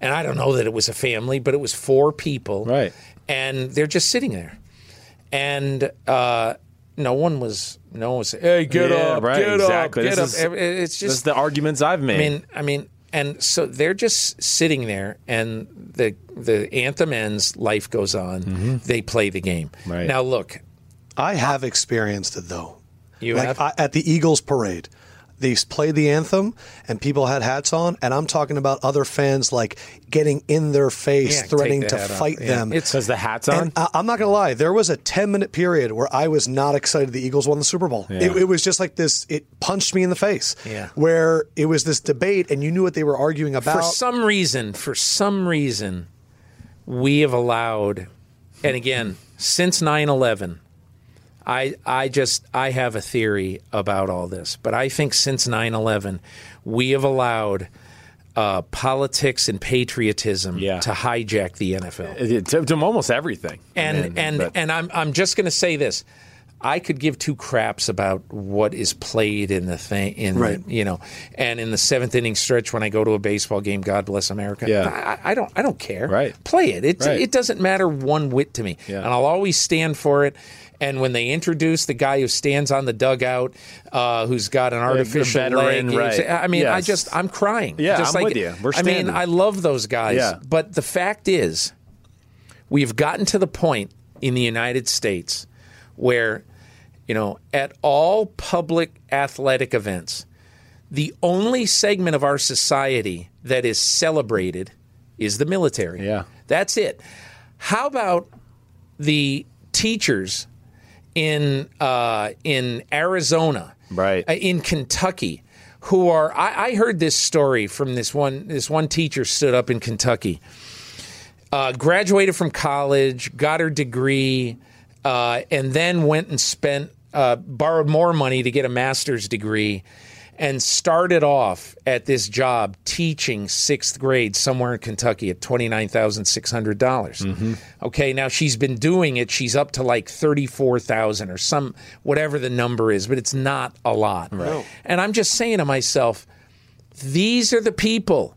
Speaker 3: and I don't know that it was a family, but it was four people,
Speaker 2: Right.
Speaker 3: And they're just sitting there and uh, no one was no one was hey get
Speaker 4: Yeah,
Speaker 3: up
Speaker 4: right,
Speaker 3: get
Speaker 4: exactly.
Speaker 3: up get
Speaker 4: This
Speaker 3: up
Speaker 4: is-
Speaker 3: It- it's
Speaker 4: That's
Speaker 3: just
Speaker 4: the arguments I've made.
Speaker 3: I mean I mean and so they're just sitting there and the the anthem ends life goes on
Speaker 4: Mm-hmm.
Speaker 3: they play the game
Speaker 2: Right.
Speaker 3: now look
Speaker 1: I have experienced it though.
Speaker 3: You
Speaker 1: like
Speaker 3: have?
Speaker 1: I, at the Eagles parade. They s- played the anthem and people had hats on, and I'm talking about other fans like getting in their face,
Speaker 3: Yeah, take
Speaker 1: threatening
Speaker 3: the
Speaker 1: to
Speaker 3: hat off.
Speaker 1: fight
Speaker 3: Yeah.
Speaker 1: them.
Speaker 3: It's-
Speaker 4: Because the hat's on.
Speaker 1: and I, I'm not gonna lie, there was a 10 minute period where I was not excited the Eagles won the Super Bowl. It, it was just like this. It punched me in the face.
Speaker 3: Yeah.
Speaker 1: Where it was this debate, and you knew what they were arguing about.
Speaker 3: for some reason for some reason we have allowed and again since 9-11 I, I just I have a theory about all this, but I think since 9/11, we have allowed uh, politics and patriotism
Speaker 4: Yeah.
Speaker 3: to hijack the NFL.
Speaker 4: It- it- to, to almost everything.
Speaker 3: And
Speaker 4: I mean,
Speaker 3: and
Speaker 4: but-
Speaker 3: and I'm I'm just going to say this. I could give two craps about what is played in the thing in
Speaker 1: Right.
Speaker 3: the, you know, and in the seventh inning stretch when I go to a baseball game, God bless America.
Speaker 4: Yeah.
Speaker 3: I, I don't I don't care.
Speaker 4: Right.
Speaker 3: Play it. It
Speaker 4: Right.
Speaker 3: it doesn't matter one whit to me.
Speaker 4: Yeah.
Speaker 3: And I'll always stand for it. And when they introduce the guy who stands on the dugout, uh, who's got an artificial
Speaker 4: veteran,
Speaker 3: leg,
Speaker 4: right.
Speaker 3: I mean, I
Speaker 4: Yes.
Speaker 3: just I'm crying.
Speaker 4: Yeah,
Speaker 3: just
Speaker 4: I'm
Speaker 3: like,
Speaker 4: with you. We're
Speaker 3: I mean,
Speaker 4: standing.
Speaker 3: I love those guys.
Speaker 4: Yeah.
Speaker 3: But the fact is, we've gotten to the point in the United States where, you know, at all public athletic events, the only segment of our society that is celebrated is the military.
Speaker 4: Yeah.
Speaker 3: That's it. How about the teachers in uh, in Arizona,
Speaker 4: Right.
Speaker 3: uh, in Kentucky, who are I, I heard this story from this one this one teacher stood up in Kentucky, uh, graduated from college, got her degree, uh, and then went and spent uh, borrowed more money to get a master's degree. And started off at this job teaching sixth grade somewhere in Kentucky at twenty nine thousand six hundred dollars. Okay, now she's been doing it. She's up to like thirty four thousand or some whatever the number is, but it's not a lot. Right. And I'm just saying to myself, these are the people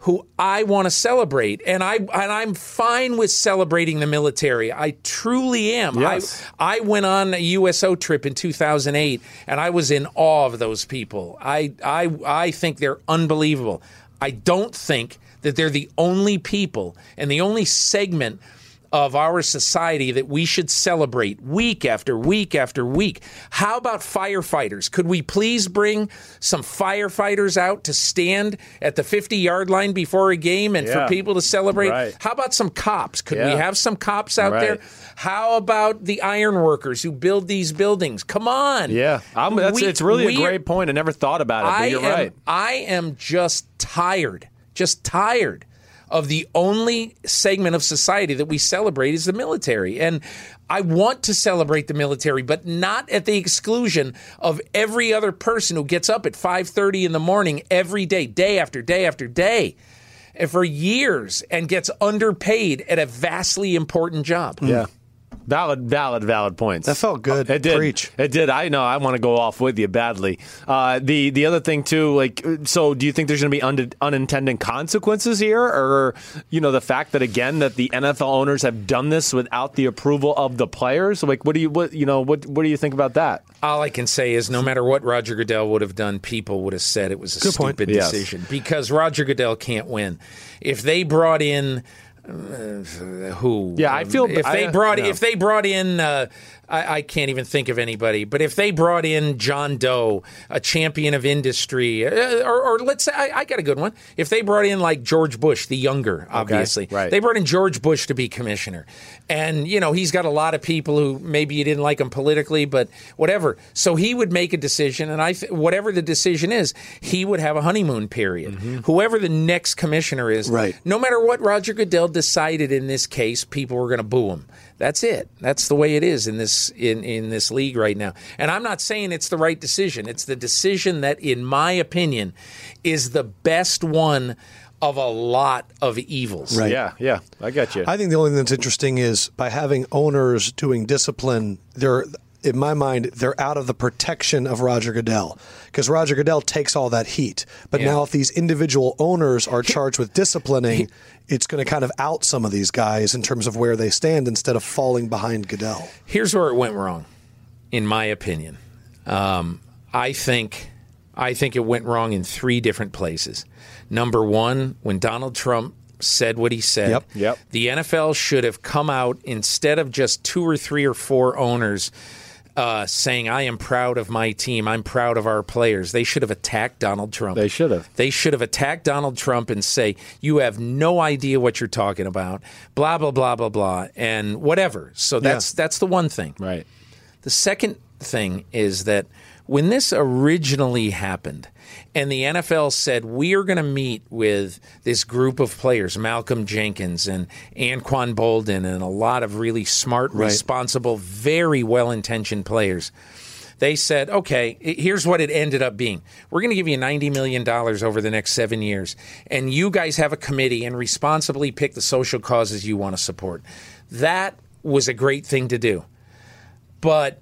Speaker 3: who I want to celebrate, and I and I'm fine with celebrating the military. I truly am.
Speaker 4: Yes.
Speaker 3: I I went on a USO trip in 2008, and I was in awe of those people. I I I think they're unbelievable. I don't think that they're the only people and the only segment of our society that we should celebrate week after week after week. How about firefighters? Could we please bring some firefighters out to stand at the 50 yard line before a game and
Speaker 4: Yeah.
Speaker 3: for people to celebrate?
Speaker 4: Right.
Speaker 3: How about some cops? Could
Speaker 4: Yeah.
Speaker 3: we have some cops out
Speaker 4: Right.
Speaker 3: there? How about the iron workers who build these buildings? Come on.
Speaker 4: yeah, I'm, that's,
Speaker 3: We-
Speaker 4: it's really a
Speaker 3: we-
Speaker 4: great point. I never thought about it, but
Speaker 3: I
Speaker 4: you're
Speaker 3: am,
Speaker 4: right.
Speaker 3: I am just tired, just tired of the only segment of society that we celebrate is the military. And I want to celebrate the military, but not at the exclusion of every other person who gets up at 5:30 in the morning every day, day after day after day. and For years and gets underpaid at a vastly important job.
Speaker 4: Yeah. Valid, valid, valid points.
Speaker 1: That felt good.
Speaker 4: It did.
Speaker 1: Preach.
Speaker 4: It did. I know. I want to go off with you badly. Uh, the the other thing too, like, so do you think there's going to be un- unintended consequences here, or you know, the fact that again that the NFL owners have done this without the approval of the players? Like, what do you what you know what what do you think about that?
Speaker 3: All I can say is, no matter what Roger Goodell would have done, people would have said it was a
Speaker 1: point.
Speaker 3: stupid
Speaker 4: Yes.
Speaker 3: decision because Roger Goodell can't win. If they brought in uh, who?
Speaker 4: Yeah, I feel-
Speaker 3: If they
Speaker 4: I-
Speaker 3: brought,
Speaker 4: no.
Speaker 3: if they brought in, uh, I, I can't even think of anybody. But if they brought in John Doe, a champion of industry, uh, or, or let's say I, I got a good one. If they brought in like George Bush, the younger, obviously,
Speaker 4: right.
Speaker 3: they brought in George Bush to be commissioner. And, you know, he's got a lot of people who maybe you didn't like him politically, but whatever. So he would make a decision. And I, th- whatever the decision is, he would have a honeymoon period. Whoever the next commissioner is,
Speaker 1: Right.
Speaker 3: no matter what Roger Goodell decided in this case, people were going to boo him. That's it. That's the way it is in this in, in this league right now. And I'm not saying it's the right decision. It's the decision that, in my opinion, is the best one of a lot of evils.
Speaker 1: Right.
Speaker 4: Yeah, yeah, I got you.
Speaker 1: I think the only thing that's interesting is by having owners doing discipline, they're in my mind, they're out of the protection of Roger Goodell because Roger Goodell takes all that heat. But now, if these individual owners are charged with disciplining, it's going to kind of out some of these guys in terms of where they stand instead of falling behind Goodell.
Speaker 3: here's where it went wrong, in my opinion. Um, I think I think it went wrong in three different places. Number one, when Donald Trump said what he said,
Speaker 1: Yep.
Speaker 4: Yep.
Speaker 3: the NFL should have come out instead of just two or three or four owners. Uh, saying, I am proud of my team. I'm proud of our players. They should have attacked Donald Trump.
Speaker 4: They should have.
Speaker 3: They should have attacked Donald Trump and say, "You have no idea what you're talking about." Blah blah blah blah blah, and whatever. So that's that's the one thing.
Speaker 4: right.
Speaker 3: The second thing is that when this originally happened, and the NFL said we are going to meet with this group of players, Malcolm Jenkins and Anquan Bolden, and a lot of really smart, responsible, very well-intentioned players they said, okay, i- here's what it ended up being. We're going to give you $90 million over the next seven years, and you guys have a committee and responsibly pick the social causes you want to support. That was a great thing to do. But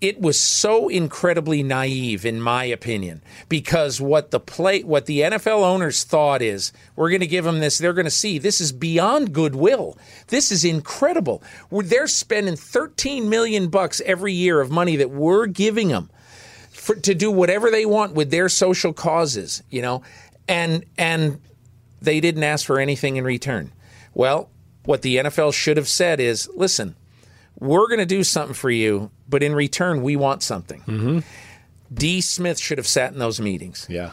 Speaker 3: it was so incredibly naive in my opinion because what the play what the NFL owners thought is we're going to give them this they're going to see this is beyond goodwill this is incredible We're- they're spending 13 million bucks every year of money that we're giving them for, to do whatever they want with their social causes, you know, and and they didn't ask for anything in return. Well, what the NFL should have said is, listen, we're going to do something for you, but in return, we want something. D. Smith should have sat in those meetings.
Speaker 4: Yeah.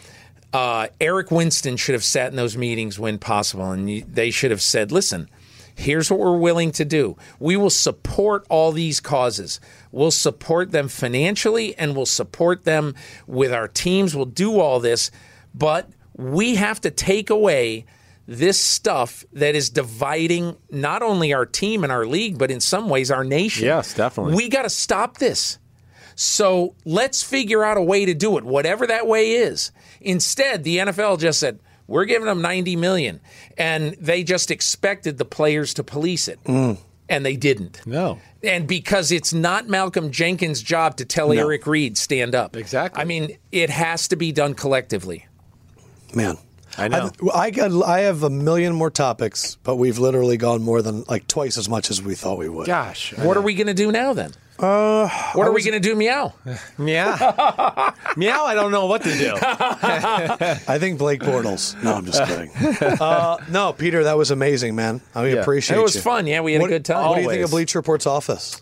Speaker 3: Uh, Eric Winston should have sat in those meetings when possible, and you- they should have said, listen, here's what we're willing to do. We will support all these causes. We'll support them financially and we'll support them with our teams. We'll do all this, but we have to take away this stuff that is dividing not only our team and our league, but in some ways our nation.
Speaker 4: Yes, definitely.
Speaker 3: We got to stop this. So let's figure out a way to do it, whatever that way is. Instead, the NFL just said, we're giving them 90 million. And they just expected the players to police it.
Speaker 4: Mm.
Speaker 3: And they didn't.
Speaker 4: No.
Speaker 3: And because it's not Malcolm Jenkins' job to tell Eric Reed, stand up.
Speaker 4: Exactly.
Speaker 3: I mean, it has to be done collectively.
Speaker 1: Man.
Speaker 4: I know.
Speaker 1: I've- I, got- I have a million more topics, but we've literally gone more than like twice as much as we thought we would.
Speaker 4: Gosh.
Speaker 3: What are we going to do now then? Uh, what are we going to do, meow?
Speaker 4: Meow. Meow, I don't know what to do.
Speaker 1: I think Blake Bortles. No, I'm just kidding. uh, no, Peter, that was amazing, man. I
Speaker 4: Yeah.
Speaker 1: appreciate
Speaker 3: It was
Speaker 1: you.
Speaker 3: fun. Yeah, we had
Speaker 1: what,
Speaker 3: a good time.
Speaker 1: What do you think
Speaker 4: Always.
Speaker 1: of Bleach Report's office?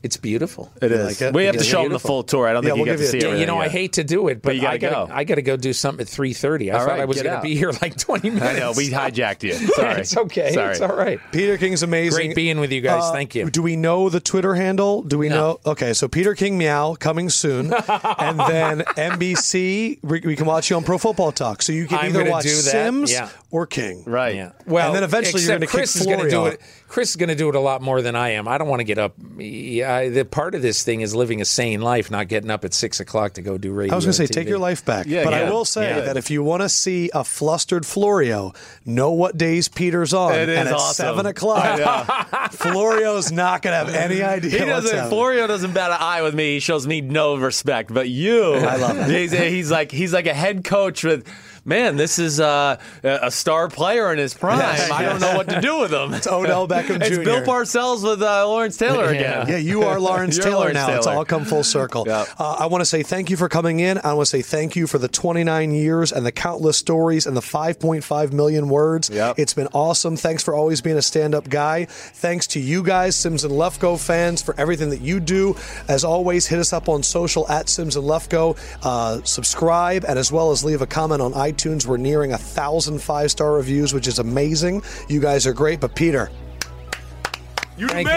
Speaker 3: It's beautiful.
Speaker 4: It
Speaker 1: You
Speaker 4: is.
Speaker 1: like it?
Speaker 4: We have to
Speaker 1: Yeah,
Speaker 4: show them the
Speaker 3: beautiful.
Speaker 4: full tour. I don't
Speaker 1: Yeah, we'll
Speaker 4: think you
Speaker 1: give
Speaker 4: get
Speaker 1: you a-
Speaker 4: to see
Speaker 1: Yeah,
Speaker 3: Yeah,
Speaker 4: everything
Speaker 3: you know, I
Speaker 4: yet.
Speaker 3: hate to do it, but,
Speaker 4: But you gotta
Speaker 3: I gotta,
Speaker 4: go.
Speaker 3: I gotta go do something at three thirty. I
Speaker 4: All
Speaker 3: thought
Speaker 4: right,
Speaker 3: I was
Speaker 4: get
Speaker 3: gonna
Speaker 4: out.
Speaker 3: be here like twenty minutes.
Speaker 4: I know we hijacked you. Sorry,
Speaker 3: it's okay.
Speaker 4: Sorry.
Speaker 3: It's all right.
Speaker 1: Peter King's amazing. Uh,
Speaker 3: Great being with you guys. Thank you.
Speaker 1: Do we know the Twitter handle? Do we
Speaker 3: No.
Speaker 1: know? Okay, so Peter King Meow coming soon, and then NBC. We, we can watch you on Pro Football Talk, so you can
Speaker 3: I'm
Speaker 1: either
Speaker 3: gonna
Speaker 1: watch
Speaker 3: do that,
Speaker 1: Sims
Speaker 3: yeah.
Speaker 1: or King.
Speaker 4: Right.
Speaker 3: Yeah.
Speaker 1: Well, and then eventually you're going
Speaker 3: except
Speaker 1: to kick
Speaker 3: Chris is gonna
Speaker 1: Florio.
Speaker 3: do it. Chris is going to do it a lot more than I am. I don't want to get up. Yeah, I, the part of this thing is living a sane life, not getting up at six o'clock to go do radio.
Speaker 1: I was going
Speaker 3: and
Speaker 1: to say,
Speaker 3: TV.
Speaker 1: take your life back.
Speaker 4: Yeah,
Speaker 1: but I
Speaker 4: yeah,
Speaker 1: will say
Speaker 4: yeah.
Speaker 1: that if you want to see a flustered Florio, know what days Peter's on.
Speaker 4: It is
Speaker 1: and at
Speaker 4: awesome.
Speaker 1: 7 o'clock, Florio's not going to have any idea.
Speaker 4: He
Speaker 1: what's
Speaker 4: doesn't.
Speaker 1: happening.
Speaker 4: Florio doesn't bat an eye with me. He shows me no respect. But you, I love that. He's, he's like he's like a head coach with, man, this is uh, a star player in his prime.
Speaker 1: Yes,
Speaker 4: I don't know what to do with him. It's
Speaker 1: Odell Beckham
Speaker 4: It's
Speaker 1: Jr..
Speaker 4: Bill Parcells with uh, Lawrence Taylor again.
Speaker 1: Yeah, you are Lawrence
Speaker 4: You're
Speaker 1: Taylor
Speaker 4: Lawrence
Speaker 1: now. It's
Speaker 4: Taylor.
Speaker 1: all come full circle.
Speaker 4: Yeah.
Speaker 1: Uh, I want to say thank you for coming in. I want to say thank you for the 29 years and the countless stories and the 5.5 million words.
Speaker 4: Yep.
Speaker 1: It's been awesome. Thanks for always being a stand up guy. Thanks to you guys, Sims and Lefko fans, for everything that you do. As always, hit us up on social at Sims and Lefko. Uh, subscribe and as well as leave a comment on iTunes. We're nearing a thousand five star reviews, which is amazing. You guys are great. But, Peter,
Speaker 4: You're the
Speaker 3: Thank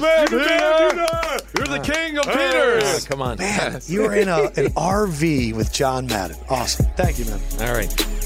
Speaker 4: man. You're the man. You're the man. You're the king of
Speaker 3: Ah,
Speaker 4: Peters.
Speaker 3: come on.
Speaker 1: you were in a, an RV with John Madden. Awesome. Thank you, man.
Speaker 3: All right.